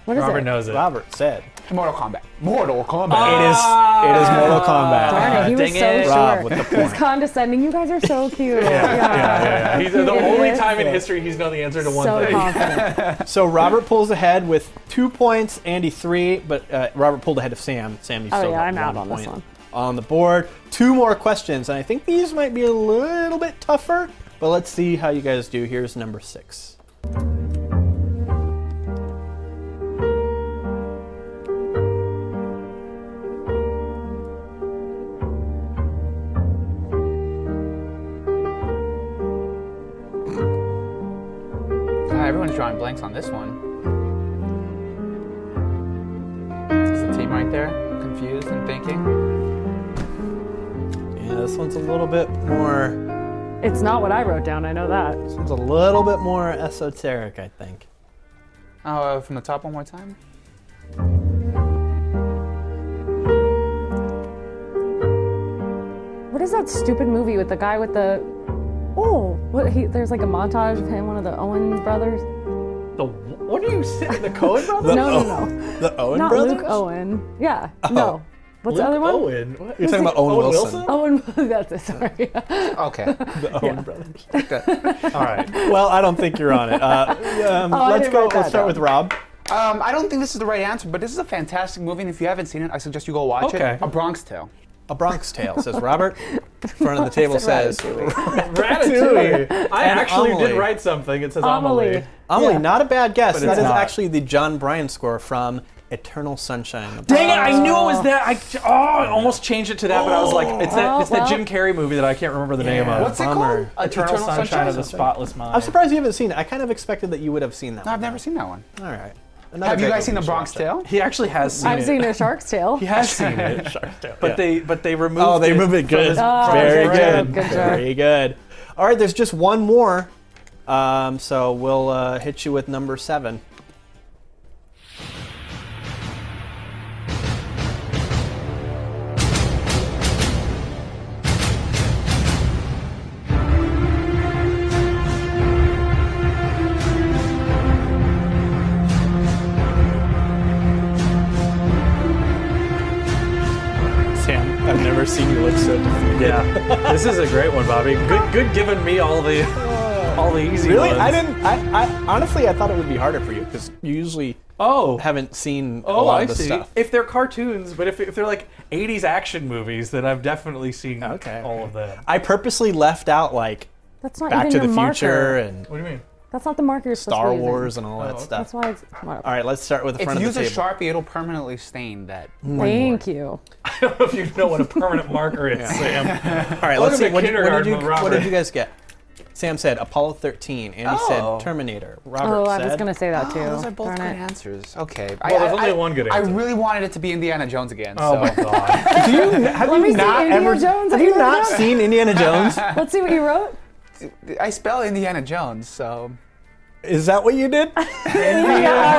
[SPEAKER 1] What is
[SPEAKER 5] Robert
[SPEAKER 1] it?
[SPEAKER 5] knows it.
[SPEAKER 4] Robert said,
[SPEAKER 3] Mortal Kombat. Mortal Kombat.
[SPEAKER 4] It is. It is Mortal Kombat.
[SPEAKER 1] Ah. Darn it, he was
[SPEAKER 2] Dang
[SPEAKER 1] so
[SPEAKER 2] it.
[SPEAKER 1] sure.
[SPEAKER 4] Rob with the
[SPEAKER 1] He's
[SPEAKER 4] point.
[SPEAKER 1] condescending. You guys are so cute. yeah,
[SPEAKER 2] Yeah, he's the
[SPEAKER 1] Idiot.
[SPEAKER 2] only time in history he's known the answer to one
[SPEAKER 1] So
[SPEAKER 2] thing.
[SPEAKER 1] confident.
[SPEAKER 4] So Robert pulls ahead with two points. Andy three, but uh, Robert pulled ahead of Sam. Sam, you
[SPEAKER 1] Oh,
[SPEAKER 4] still
[SPEAKER 1] yeah,
[SPEAKER 4] got
[SPEAKER 1] I'm
[SPEAKER 4] one
[SPEAKER 1] out on this
[SPEAKER 4] point
[SPEAKER 1] one.
[SPEAKER 4] On the board, two more questions, and I think these might be a little bit tougher. But let's see how you guys do. Here's number six.
[SPEAKER 3] God, everyone's drawing blanks on this one. Is the team right there? Confused and thinking.
[SPEAKER 4] Yeah, this one's a little bit more.
[SPEAKER 1] It's not what I wrote down. I know that.
[SPEAKER 4] This one's a little bit more esoteric, I think.
[SPEAKER 3] Oh, uh, from the top one more time.
[SPEAKER 1] What is that stupid movie with the guy with the? Oh, what? He, there's like a montage of him, one of the Owen brothers.
[SPEAKER 2] The, what are you sitting? The Cohen brothers?
[SPEAKER 4] The
[SPEAKER 1] no, no,
[SPEAKER 4] Owen- The Owen
[SPEAKER 1] Not
[SPEAKER 4] brothers. Oh.
[SPEAKER 1] Luke Owen. Yeah. No. What's the other one?
[SPEAKER 2] Owen. What?
[SPEAKER 4] You're talking about Owen, Wilson.
[SPEAKER 1] Owen. That's it. Sorry.
[SPEAKER 3] Okay.
[SPEAKER 2] All right.
[SPEAKER 4] Well, I don't think you're on it. Uh, um,
[SPEAKER 1] Oh, I
[SPEAKER 4] let's
[SPEAKER 1] didn't
[SPEAKER 4] go.
[SPEAKER 1] write that
[SPEAKER 4] Let's start
[SPEAKER 1] down.
[SPEAKER 4] with Rob.
[SPEAKER 3] um, I don't think this is the right answer, but this is a fantastic movie, and if you haven't seen it, I suggest you go watch
[SPEAKER 2] Okay.
[SPEAKER 3] it. A Bronx Tale.
[SPEAKER 4] A Bronx Tale says Robert. Front of the table says
[SPEAKER 2] Ratatouille. I
[SPEAKER 4] And
[SPEAKER 2] actually
[SPEAKER 4] Amelie.
[SPEAKER 2] did write something. It says Amelie.
[SPEAKER 1] Amelie.
[SPEAKER 4] Amelie. Not a bad guess.
[SPEAKER 2] But
[SPEAKER 4] That
[SPEAKER 2] it's
[SPEAKER 4] is
[SPEAKER 2] not.
[SPEAKER 4] actually the John Bryan score from Eternal Sunshine. of the-
[SPEAKER 2] Dang it! I knew it was that. I oh, I almost changed it to that, but I was like, it's that.
[SPEAKER 1] Oh,
[SPEAKER 2] It's that
[SPEAKER 1] well.
[SPEAKER 2] Jim Carrey movie that I can't remember the name of.
[SPEAKER 3] What's it
[SPEAKER 4] Bummer.
[SPEAKER 3] called?
[SPEAKER 2] Eternal, Sunshine, of the
[SPEAKER 3] Spot.
[SPEAKER 2] Spotless Mind.
[SPEAKER 4] I'm surprised you haven't seen it. I kind of expected that you would have seen that.
[SPEAKER 3] I've never seen that one.
[SPEAKER 4] All right. Another
[SPEAKER 3] Have you
[SPEAKER 4] great
[SPEAKER 3] guys seen The
[SPEAKER 4] movie.
[SPEAKER 3] Bronx Tale?
[SPEAKER 2] He actually has seen
[SPEAKER 1] I've
[SPEAKER 2] it.
[SPEAKER 1] seen a shark's tail.
[SPEAKER 2] He has seen it. But
[SPEAKER 4] Yeah.
[SPEAKER 2] they but they removed.
[SPEAKER 4] Oh, they
[SPEAKER 2] it
[SPEAKER 4] move it
[SPEAKER 2] from
[SPEAKER 4] good.
[SPEAKER 2] his-
[SPEAKER 1] Oh,
[SPEAKER 4] Very
[SPEAKER 1] good job,
[SPEAKER 4] good.
[SPEAKER 1] good job.
[SPEAKER 4] Very good. All right. There's just one more. Um, so we'll uh, hit you with number seven. Sam, I've never seen you look so defeated.
[SPEAKER 2] Yeah, this is a great one, Bobby. Good, good giving me all the all the easy
[SPEAKER 4] Really?
[SPEAKER 2] ones.
[SPEAKER 4] I didn't. I, I honestly, I thought it would be harder for you because you usually
[SPEAKER 2] Oh,
[SPEAKER 4] haven't seen a
[SPEAKER 2] oh,
[SPEAKER 4] lot
[SPEAKER 2] I
[SPEAKER 4] of the
[SPEAKER 2] see.
[SPEAKER 4] stuff.
[SPEAKER 2] If they're cartoons, but if, if they're like '80s action movies, then I've definitely seen
[SPEAKER 4] Okay.
[SPEAKER 2] all of them.
[SPEAKER 4] I purposely left out like
[SPEAKER 1] That's not
[SPEAKER 4] Back
[SPEAKER 1] even
[SPEAKER 4] to the
[SPEAKER 1] your marker.
[SPEAKER 4] Future and
[SPEAKER 2] What do you mean?
[SPEAKER 1] That's not the marker. you're supposed to
[SPEAKER 4] Star
[SPEAKER 1] be using. Oh,
[SPEAKER 4] Wars and all that
[SPEAKER 2] okay.
[SPEAKER 4] stuff.
[SPEAKER 1] That's why it's.
[SPEAKER 4] All right, let's start with the
[SPEAKER 3] If
[SPEAKER 4] front
[SPEAKER 3] you use
[SPEAKER 4] of the
[SPEAKER 3] a
[SPEAKER 4] table.
[SPEAKER 3] sharpie, it'll permanently stain that.
[SPEAKER 1] Thank you.
[SPEAKER 2] I don't know if you know what a permanent marker is, Sam.
[SPEAKER 4] all right,
[SPEAKER 2] Welcome
[SPEAKER 4] let's see.
[SPEAKER 2] to
[SPEAKER 4] What did, what did
[SPEAKER 2] kindergarten
[SPEAKER 4] you,
[SPEAKER 2] with
[SPEAKER 4] what did
[SPEAKER 2] Robert.
[SPEAKER 4] you guys get? Sam said Apollo 13. Andy
[SPEAKER 3] Oh.
[SPEAKER 4] said Terminator. Robert
[SPEAKER 1] Oh, I
[SPEAKER 4] said
[SPEAKER 1] was gonna say that too.
[SPEAKER 3] Oh, those are both
[SPEAKER 1] Darn
[SPEAKER 3] good
[SPEAKER 1] it.
[SPEAKER 3] answers. Okay.
[SPEAKER 2] Well, there's only
[SPEAKER 3] I,
[SPEAKER 2] one good answer.
[SPEAKER 3] I really wanted it to be Indiana Jones again.
[SPEAKER 2] Oh my
[SPEAKER 3] so.
[SPEAKER 2] god.
[SPEAKER 4] Do you have
[SPEAKER 1] Let me
[SPEAKER 4] you
[SPEAKER 1] see
[SPEAKER 4] not
[SPEAKER 1] Indiana
[SPEAKER 4] ever
[SPEAKER 1] Jones.
[SPEAKER 4] have you
[SPEAKER 1] Indiana
[SPEAKER 4] not
[SPEAKER 1] Jones.
[SPEAKER 4] seen Indiana Jones?
[SPEAKER 1] Let's see what you wrote.
[SPEAKER 3] I spell Indiana Jones, so
[SPEAKER 4] Is that what you did
[SPEAKER 2] E, yeah.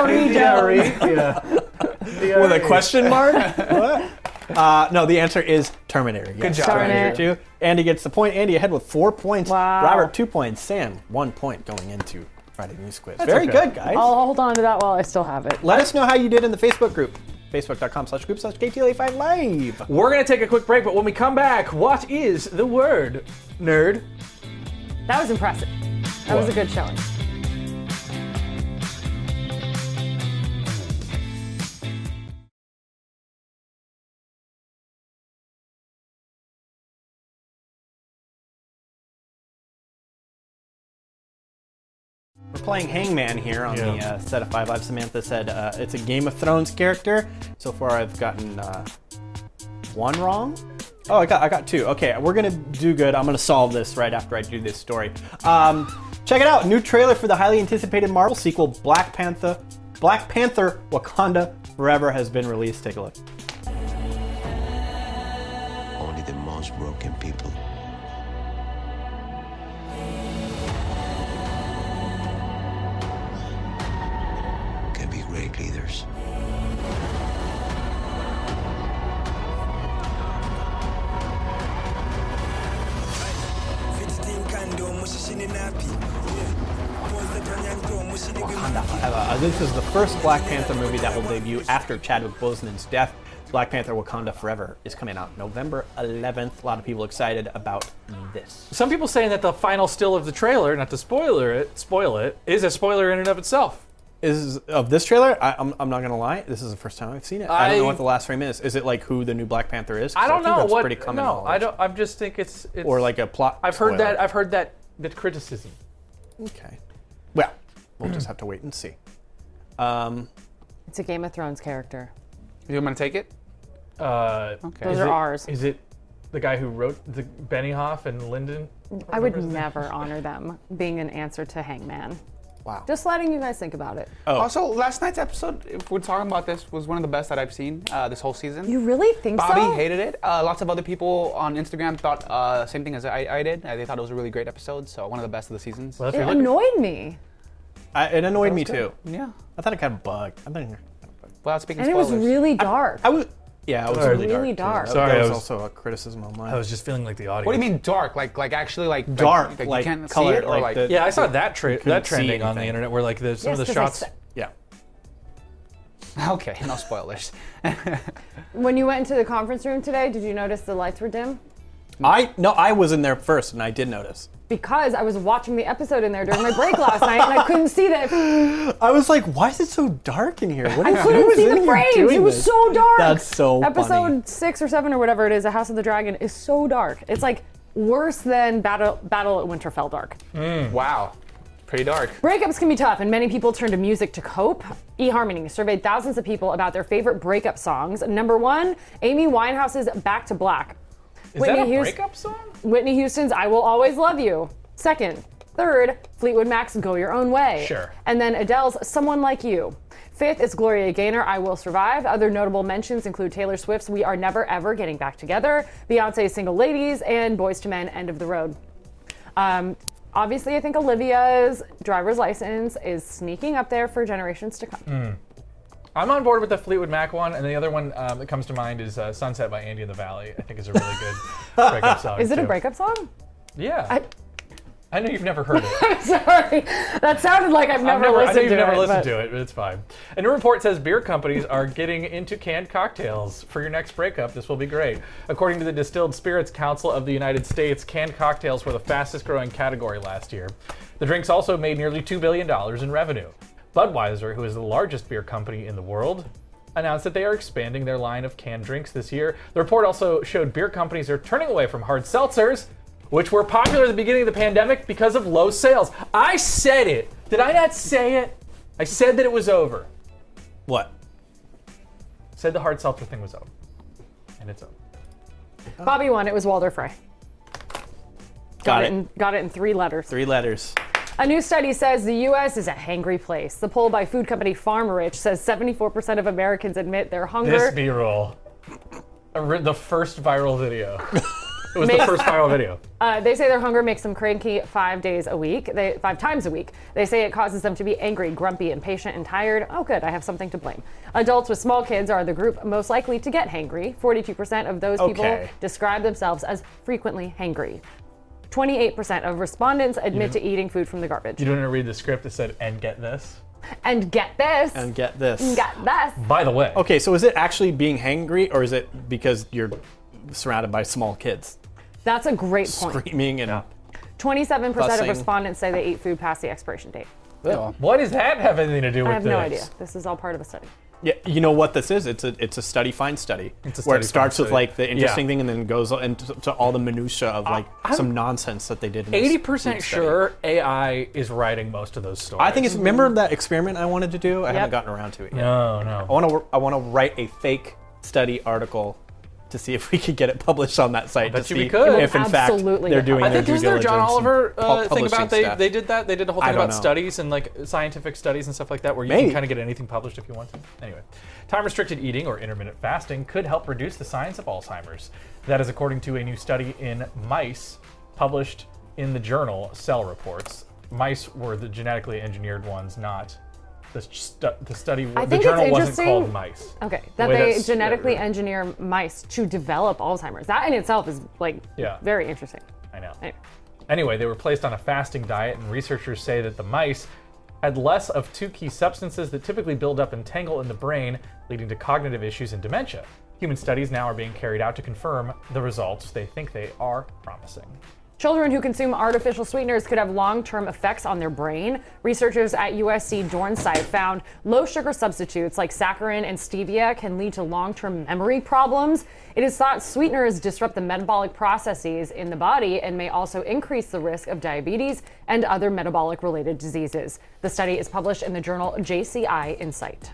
[SPEAKER 2] E.
[SPEAKER 4] with a question mark? What? Uh, no, the answer is Terminator. Yes. Good
[SPEAKER 3] job,
[SPEAKER 1] Darn
[SPEAKER 4] Terminator
[SPEAKER 1] it.
[SPEAKER 4] Two. Andy gets the point. Andy ahead with four points.
[SPEAKER 1] Wow.
[SPEAKER 4] Robert two points. Sam one point going into Friday News Quiz. Very
[SPEAKER 2] okay.
[SPEAKER 4] good, guys.
[SPEAKER 1] I'll hold on to that while I still have it.
[SPEAKER 4] Let us know how you did in the Facebook group. Facebook.com slash group slash KTLA5 live.
[SPEAKER 2] We're gonna take a quick break, but when we come back, what is the word? Nerd.
[SPEAKER 1] That was impressive. That was a good showing.
[SPEAKER 4] We're playing Hangman here on the
[SPEAKER 5] Yeah.
[SPEAKER 4] uh, set of Five Live. Samantha said uh, it's a Game of Thrones character. So far, I've gotten uh, one wrong. Oh, I got I got two. Okay, we're gonna do good. I'm gonna solve this right after I do this story. Um, check it out. New trailer for the highly anticipated Marvel sequel, Black Panther. Black Panther: Wakanda Forever has been released. Take a look.
[SPEAKER 7] Only the most broken people can be great leaders.
[SPEAKER 4] Wakanda Forever. Uh, this is the first Black Panther movie that will debut after Chadwick Boseman's death. Black Panther: Wakanda Forever is coming out November 11th. A lot of people excited about this.
[SPEAKER 2] Some people saying that the final still of the trailer, not to spoiler it, spoil it, is a spoiler in and of itself.
[SPEAKER 4] Is of this trailer? I, I'm, I'm not gonna lie. This is the first time I've seen it. I, don't
[SPEAKER 2] I-
[SPEAKER 4] know what the last frame is. Is it like who the new Black Panther is? 'Cause
[SPEAKER 2] I don't
[SPEAKER 4] think
[SPEAKER 2] know
[SPEAKER 4] That's
[SPEAKER 2] what.
[SPEAKER 4] pretty common
[SPEAKER 2] no,
[SPEAKER 4] knowledge.
[SPEAKER 2] I don't. I just think it's, it's.
[SPEAKER 4] Or like a plot.
[SPEAKER 2] I've heard
[SPEAKER 4] spoiler.
[SPEAKER 2] that. I've heard that. That criticism.
[SPEAKER 4] okay. Well, we'll just have to wait and see. Um,
[SPEAKER 1] It's a Game of Thrones character.
[SPEAKER 3] you want me to take it?
[SPEAKER 2] Uh,
[SPEAKER 1] Those
[SPEAKER 2] is
[SPEAKER 1] are
[SPEAKER 2] it-
[SPEAKER 1] ours.
[SPEAKER 2] Is it the guy who wrote the Benioff and Lyndon?
[SPEAKER 1] I would
[SPEAKER 2] remember
[SPEAKER 1] never honor them being an answer to Hangman.
[SPEAKER 4] wow.
[SPEAKER 1] Just letting you guys think about it.
[SPEAKER 2] Oh.
[SPEAKER 3] Also, last night's episode, if we're talking about this, was one of the best that I've seen uh, this whole season.
[SPEAKER 1] You really think
[SPEAKER 3] Bobby
[SPEAKER 1] so?
[SPEAKER 3] hated it. Uh, lots of other people on Instagram thought uh, same thing as I, I did. Uh, they thought it was a really great episode, so one of the best of the seasons.
[SPEAKER 2] Well, that's
[SPEAKER 1] It
[SPEAKER 2] really-
[SPEAKER 1] annoyed me.
[SPEAKER 4] I, it annoyed me too.
[SPEAKER 3] yeah.
[SPEAKER 4] I thought it kind of bugged. I think.
[SPEAKER 3] Without speaking
[SPEAKER 1] And it
[SPEAKER 3] spoilers.
[SPEAKER 1] was really dark.
[SPEAKER 4] I was. Yeah, it was
[SPEAKER 2] Sorry.
[SPEAKER 4] really,
[SPEAKER 1] Really dark.
[SPEAKER 4] too.
[SPEAKER 2] Sorry,
[SPEAKER 4] there
[SPEAKER 2] I
[SPEAKER 4] was,
[SPEAKER 2] was-
[SPEAKER 4] also a criticism online.
[SPEAKER 2] I was just feeling like the audience.
[SPEAKER 3] What do you mean dark? Like like actually like like-
[SPEAKER 4] Dark,
[SPEAKER 3] Like,
[SPEAKER 4] like
[SPEAKER 3] you can't
[SPEAKER 4] colored,
[SPEAKER 3] see it or
[SPEAKER 4] like
[SPEAKER 3] like,
[SPEAKER 4] the-
[SPEAKER 2] Yeah, I saw that tra-
[SPEAKER 4] couldn't
[SPEAKER 2] that
[SPEAKER 4] see
[SPEAKER 2] trending on the
[SPEAKER 4] anything.
[SPEAKER 2] internet where like the, some
[SPEAKER 1] Yes,
[SPEAKER 2] of the
[SPEAKER 1] 'cause I
[SPEAKER 2] shots.
[SPEAKER 1] sa-
[SPEAKER 4] yeah.
[SPEAKER 3] okay, no spoilers.
[SPEAKER 1] When you went into the conference room today, did you notice the lights were dim?
[SPEAKER 4] I no, I was in there first, and I did notice.
[SPEAKER 1] Because I was watching the episode in there during my break last night and I couldn't see that.
[SPEAKER 4] I was like, "Why is it so dark in here? What is,
[SPEAKER 1] I couldn't see the frames. It was so dark.
[SPEAKER 4] That's so
[SPEAKER 1] Episode
[SPEAKER 4] funny.
[SPEAKER 1] six or seven or whatever it is, The House of the Dragon is so dark. It's like worse than Battle Battle at Winterfell dark.
[SPEAKER 3] wow, pretty dark.
[SPEAKER 1] Breakups can be tough, and many people turn to music to cope. eHarmony surveyed thousands of people about their favorite breakup songs. Number one, Amy Winehouse's Back to Black.
[SPEAKER 2] Is that a breakup song?
[SPEAKER 1] Whitney Houston's I Will Always Love You. Second. Third, Fleetwood Mac's Go Your Own Way.
[SPEAKER 2] Sure.
[SPEAKER 1] And then Adele's Someone Like You. Fifth is Gloria Gaynor, I Will Survive. Other notable mentions include Taylor Swift's We Are Never Ever Getting Back Together, Beyonce's Single Ladies, and Boys to Men End of the Road. Um, obviously, I think Olivia's driver's license is sneaking up there for generations to come.
[SPEAKER 2] Mm, I'm on board with the Fleetwood Mac one, and the other one um, that comes to mind is uh, "Sunset" by Andy in the Valley. I think is a really good breakup song.
[SPEAKER 1] Is it a
[SPEAKER 2] too.
[SPEAKER 1] breakup song?
[SPEAKER 2] Yeah. I,
[SPEAKER 1] I-
[SPEAKER 2] know you've never heard it.
[SPEAKER 1] Sorry. That sounded like I've
[SPEAKER 2] I've
[SPEAKER 1] never,
[SPEAKER 2] never, I know
[SPEAKER 1] listened
[SPEAKER 2] you've
[SPEAKER 1] to
[SPEAKER 2] never
[SPEAKER 1] it.
[SPEAKER 2] listened
[SPEAKER 1] but-
[SPEAKER 2] to it, but it's fine. A new report says beer companies are getting into canned cocktails for your next breakup. This will be great. According to the Distilled Spirits Council of the United States, canned cocktails were the fastest growing category last year. The drinks also made nearly $2 billion in revenue. Budweiser, who is the largest beer company in the world, announced that they are expanding their line of canned drinks this year. The report also showed beer companies are turning away from hard seltzers, which were popular at the beginning of the pandemic because of low sales. I said it. Did I not say it? I said that it was over.
[SPEAKER 4] What?
[SPEAKER 2] Said the hard seltzer thing was over. And it's over.
[SPEAKER 1] Bobby won. It was Walter Frey.
[SPEAKER 4] Got it.
[SPEAKER 1] in got it in three letters.
[SPEAKER 4] Three letters.
[SPEAKER 1] A new study says the U.S. is a hangry place. The poll by food company FarmRich says 74% of Americans admit their hunger.
[SPEAKER 2] This B-roll, A ri- the first viral video. It was the
[SPEAKER 1] Amazing.
[SPEAKER 2] first viral video.
[SPEAKER 1] Uh, they say their hunger makes them cranky five days a week, they, five times a week. They say it causes them to be angry, grumpy, impatient, and tired. Oh, good, I have something to blame. Adults with small kids are the group most likely to get hangry. 42% of those people
[SPEAKER 4] Okay.
[SPEAKER 1] describe themselves as frequently hangry. 28% of respondents admit to eating food from the garbage.
[SPEAKER 2] You didn't read the script. It said, "And get this."
[SPEAKER 1] And get this.
[SPEAKER 4] And get this.
[SPEAKER 1] get this.
[SPEAKER 2] By the way,
[SPEAKER 4] Okay, so is it actually being hangry, or is it because you're surrounded by small kids
[SPEAKER 1] That's a great point.
[SPEAKER 4] screaming and?
[SPEAKER 1] 27% of
[SPEAKER 4] Fussing.
[SPEAKER 1] respondents say they ate food past the expiration date.
[SPEAKER 2] what does that have anything to do with
[SPEAKER 1] I have
[SPEAKER 2] this?
[SPEAKER 1] no idea. This is all part of a study.
[SPEAKER 4] Yeah, you know what this is? It's a it's a study find study.
[SPEAKER 2] It's a
[SPEAKER 4] where
[SPEAKER 2] study
[SPEAKER 4] it
[SPEAKER 2] find
[SPEAKER 4] starts with
[SPEAKER 2] study.
[SPEAKER 4] like the interesting
[SPEAKER 2] Yeah.
[SPEAKER 4] thing and then goes on to, to all the minutia of like
[SPEAKER 2] I'm-
[SPEAKER 4] some nonsense that they did. in this
[SPEAKER 2] Eighty percent
[SPEAKER 4] food study.
[SPEAKER 2] sure AI is writing most of those stories.
[SPEAKER 4] I think it's remember that experiment I wanted to do. I
[SPEAKER 1] Yep.
[SPEAKER 4] haven't gotten around to it yet.
[SPEAKER 2] No, no.
[SPEAKER 4] I want to I want to write a fake study article to see if we could get it published on that site.
[SPEAKER 2] bet
[SPEAKER 4] to
[SPEAKER 2] you we
[SPEAKER 4] see
[SPEAKER 2] could.
[SPEAKER 4] If in fact
[SPEAKER 1] Absolutely.
[SPEAKER 4] they're doing
[SPEAKER 1] I
[SPEAKER 2] I
[SPEAKER 4] their
[SPEAKER 2] think
[SPEAKER 4] due
[SPEAKER 2] was there
[SPEAKER 4] diligence.
[SPEAKER 2] John
[SPEAKER 4] and
[SPEAKER 2] Oliver
[SPEAKER 4] pub-
[SPEAKER 2] uh, thing about
[SPEAKER 4] publishing
[SPEAKER 2] they,
[SPEAKER 4] stuff.
[SPEAKER 2] they did that they did the whole
[SPEAKER 4] I
[SPEAKER 2] thing
[SPEAKER 4] don't
[SPEAKER 2] about
[SPEAKER 4] know.
[SPEAKER 2] studies and like scientific studies and stuff like that where you
[SPEAKER 4] Maybe.
[SPEAKER 2] can kind of get anything published if you want to. Anyway, time restricted eating or intermittent fasting could help reduce the signs of Alzheimer's. That is according to a new study in mice published in the journal Cell Reports. Mice were the genetically engineered ones, not the, stu- the study.
[SPEAKER 1] I
[SPEAKER 2] the
[SPEAKER 1] think it's
[SPEAKER 2] journal wasn't
[SPEAKER 1] interesting- Oh,
[SPEAKER 2] called mice.
[SPEAKER 1] Okay,
[SPEAKER 2] The
[SPEAKER 1] that
[SPEAKER 2] way
[SPEAKER 1] they
[SPEAKER 2] that's-
[SPEAKER 1] genetically
[SPEAKER 2] yeah,
[SPEAKER 1] engineer mice to develop Alzheimer's. That in itself is like
[SPEAKER 2] Yeah.
[SPEAKER 1] very interesting.
[SPEAKER 2] I know.
[SPEAKER 1] Anyway.
[SPEAKER 2] Anyway, they were placed on a fasting diet, and researchers say that the mice had less of two key substances that typically build up and tangle in the brain, leading to cognitive issues and dementia. Human studies now are being carried out to confirm the results they think they are promising.
[SPEAKER 1] Children who consume artificial sweeteners could have long term effects on their brain. Researchers at USC Dornsife found low sugar substitutes like saccharin and stevia can lead to long term memory problems. It is thought sweeteners disrupt the metabolic processes in the body and may also increase the risk of diabetes and other metabolic related diseases. The study is published in the journal JCI Insight.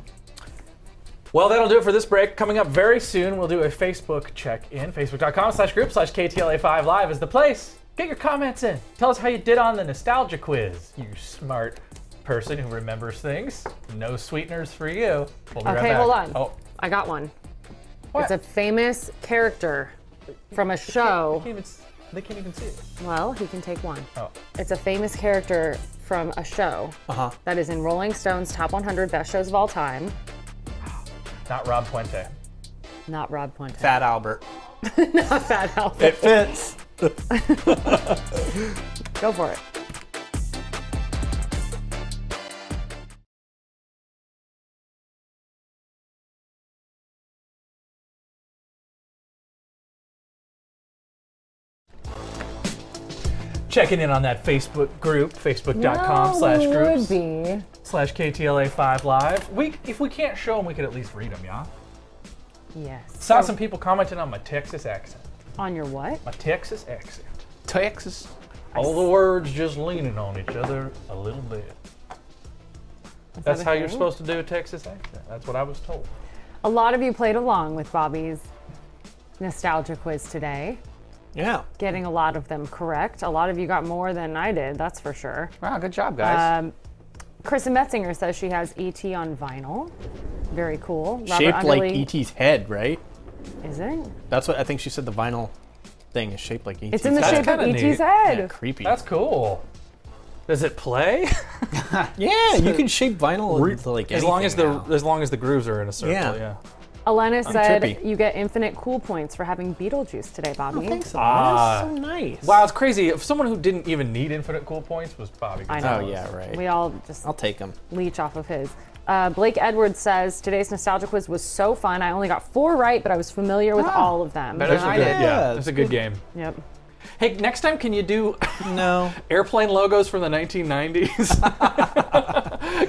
[SPEAKER 2] Well, that'll do it for this break. Coming up very soon, we'll do a Facebook check-in. Facebook.com slash group slash KTLA5 Live is the place. Get your comments in. Tell us how you did on the nostalgia quiz, you smart person who remembers things. No sweeteners for you. We'll be right
[SPEAKER 1] Okay,
[SPEAKER 2] back.
[SPEAKER 1] hold on.
[SPEAKER 2] Oh,
[SPEAKER 1] I got one.
[SPEAKER 2] what?
[SPEAKER 1] It's a famous character from a show.
[SPEAKER 2] They can't even, s- they can't even see it.
[SPEAKER 1] Well, he can take one.
[SPEAKER 2] Oh. Uh-huh.
[SPEAKER 1] It's a famous character from a show that is in Rolling Stone's top 100 best shows of all time.
[SPEAKER 2] Not Rob Puente.
[SPEAKER 1] Not Rob Puente.
[SPEAKER 4] Fat Albert.
[SPEAKER 1] Not Fat Albert.
[SPEAKER 4] It fits.
[SPEAKER 1] Go for it.
[SPEAKER 2] Checking in on that Facebook group, facebook.com
[SPEAKER 1] No,
[SPEAKER 2] slash
[SPEAKER 1] we Would
[SPEAKER 2] groups
[SPEAKER 1] be.
[SPEAKER 2] slash KTLA5 Live. We, if we can't show them, we could at least read them, yeah?
[SPEAKER 1] Yes.
[SPEAKER 2] Saw
[SPEAKER 1] Oh,
[SPEAKER 2] some people commenting on my Texas accent.
[SPEAKER 1] on your what?
[SPEAKER 2] My Texas accent.
[SPEAKER 3] Texas.
[SPEAKER 2] All the words just leaning on each other a little bit. That's
[SPEAKER 1] a
[SPEAKER 2] how you're
[SPEAKER 1] thing?
[SPEAKER 2] supposed to do a Texas accent. That's what I was told.
[SPEAKER 1] A lot of you played along with Bobby's nostalgia quiz today,
[SPEAKER 4] Yeah.
[SPEAKER 1] getting a lot of them correct. A lot of you got more than I did, that's for sure.
[SPEAKER 3] Wow, good job, guys.
[SPEAKER 1] Um, Kristen Metzinger says she has ET on vinyl. Very cool. Robert
[SPEAKER 4] Shaped like E
[SPEAKER 1] Underly-
[SPEAKER 4] ET's head, right?
[SPEAKER 1] Is it?
[SPEAKER 4] That's what I think she said. The vinyl thing is shaped like ET's.
[SPEAKER 1] It's in the
[SPEAKER 4] head.
[SPEAKER 1] shape of E
[SPEAKER 2] kinda
[SPEAKER 1] ET's
[SPEAKER 2] neat.
[SPEAKER 1] head.
[SPEAKER 4] Yeah, creepy.
[SPEAKER 2] That's cool. Does it play?
[SPEAKER 4] yeah, you can shape vinyl into like
[SPEAKER 2] as long
[SPEAKER 4] anything
[SPEAKER 2] as the
[SPEAKER 4] now.
[SPEAKER 2] as long as the grooves are in a circle. Yeah.
[SPEAKER 4] Yeah.
[SPEAKER 1] Elena said
[SPEAKER 4] trippy.
[SPEAKER 1] you get infinite cool points for having Beetlejuice today, Bobby.
[SPEAKER 4] Thanks, Elena.
[SPEAKER 2] Ah.
[SPEAKER 4] That's so nice.
[SPEAKER 2] Wow, it's crazy. If someone who didn't even need infinite cool points was Bobby.
[SPEAKER 1] I know.
[SPEAKER 4] Oh yeah, right.
[SPEAKER 1] We all just
[SPEAKER 4] I'll take them.
[SPEAKER 1] leech off of his. Uh, Blake Edwards says today's nostalgia quiz was so fun. I only got four right, but I was familiar with
[SPEAKER 3] Ah,
[SPEAKER 1] all of them.
[SPEAKER 2] That's a
[SPEAKER 3] I
[SPEAKER 2] good,
[SPEAKER 3] did.
[SPEAKER 2] yeah,
[SPEAKER 4] Yeah,
[SPEAKER 2] that's
[SPEAKER 4] it's
[SPEAKER 2] a good game.
[SPEAKER 1] Yep.
[SPEAKER 2] Hey, next time can you do
[SPEAKER 4] No.
[SPEAKER 2] airplane logos from the 1990s?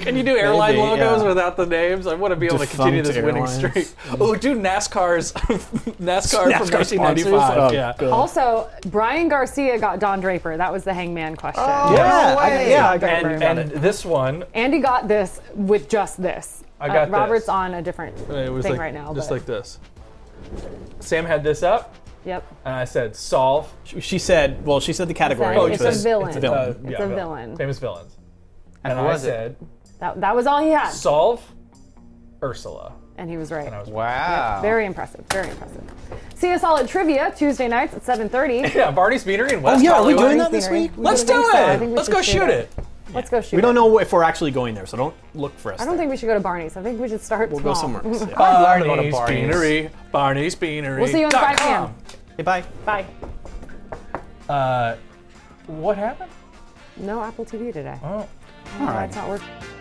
[SPEAKER 2] can you do airline
[SPEAKER 4] Maybe,
[SPEAKER 2] logos
[SPEAKER 4] yeah.
[SPEAKER 2] without the names? I want to be able to continue this
[SPEAKER 4] Defunct
[SPEAKER 2] winning streak.
[SPEAKER 4] airlines.
[SPEAKER 2] Oh, do NASCAR's NASCAR, from
[SPEAKER 4] NASCAR sponsors?
[SPEAKER 2] 1995.
[SPEAKER 4] Oh,
[SPEAKER 2] yeah.
[SPEAKER 4] good.
[SPEAKER 1] Also, Brian Garcia got Don Draper. That was the hangman question.
[SPEAKER 2] Oh.
[SPEAKER 4] Yeah,
[SPEAKER 3] No
[SPEAKER 4] I,
[SPEAKER 3] way.
[SPEAKER 4] Uh, yeah, I got
[SPEAKER 1] Don't worry
[SPEAKER 2] And,
[SPEAKER 1] about
[SPEAKER 2] and this one, uh,
[SPEAKER 1] Andy got this with just this.
[SPEAKER 2] I got
[SPEAKER 1] uh, Robert's
[SPEAKER 2] this.
[SPEAKER 1] on a different
[SPEAKER 2] it was
[SPEAKER 1] thing
[SPEAKER 2] like,
[SPEAKER 1] right now.
[SPEAKER 2] just
[SPEAKER 1] but
[SPEAKER 2] like this. Sam had this up.
[SPEAKER 1] Yep.
[SPEAKER 2] And I said, solve. uh,
[SPEAKER 4] She- She said, well, she said the category.
[SPEAKER 1] Said
[SPEAKER 4] which
[SPEAKER 1] it's
[SPEAKER 4] was,
[SPEAKER 1] a villain.
[SPEAKER 4] It's a villain.
[SPEAKER 1] It's a villain.
[SPEAKER 2] Famous villains.
[SPEAKER 3] And,
[SPEAKER 2] And
[SPEAKER 3] who
[SPEAKER 2] I
[SPEAKER 3] was it?
[SPEAKER 2] said,
[SPEAKER 1] That, that was all he had.
[SPEAKER 2] solve Ursula.
[SPEAKER 1] and he was right.
[SPEAKER 2] I was
[SPEAKER 3] Wow.
[SPEAKER 1] Very impressive. Very impressive. See us all at trivia Tuesday nights at 7:30.
[SPEAKER 2] Oh, Yeah, Barney's Beanery in West
[SPEAKER 4] Oh, yeah, are we
[SPEAKER 2] Hollywood.
[SPEAKER 4] doing that this
[SPEAKER 1] Scenery.
[SPEAKER 4] week? We
[SPEAKER 2] Let's
[SPEAKER 1] I think
[SPEAKER 2] do
[SPEAKER 1] so. I
[SPEAKER 2] it.
[SPEAKER 1] think we
[SPEAKER 2] Let's
[SPEAKER 1] should
[SPEAKER 2] go
[SPEAKER 1] do
[SPEAKER 2] shoot it.
[SPEAKER 1] Let's go shoot
[SPEAKER 4] We
[SPEAKER 1] it.
[SPEAKER 4] don't know if we're actually going there, so don't look for us.
[SPEAKER 1] I don't think we should go to Barney's. I think we should start
[SPEAKER 4] we'll
[SPEAKER 1] small.
[SPEAKER 4] go somewhere. else. Yeah.
[SPEAKER 3] I'd love to go to
[SPEAKER 2] Barney's
[SPEAKER 3] Barney's.
[SPEAKER 2] Beanery. Barney's Beanery.
[SPEAKER 1] We'll see you on 5 p.m.
[SPEAKER 4] Okay, bye.
[SPEAKER 1] Bye.
[SPEAKER 2] Uh, what happened?
[SPEAKER 1] No Apple TV today.
[SPEAKER 2] Oh.
[SPEAKER 1] That's not working.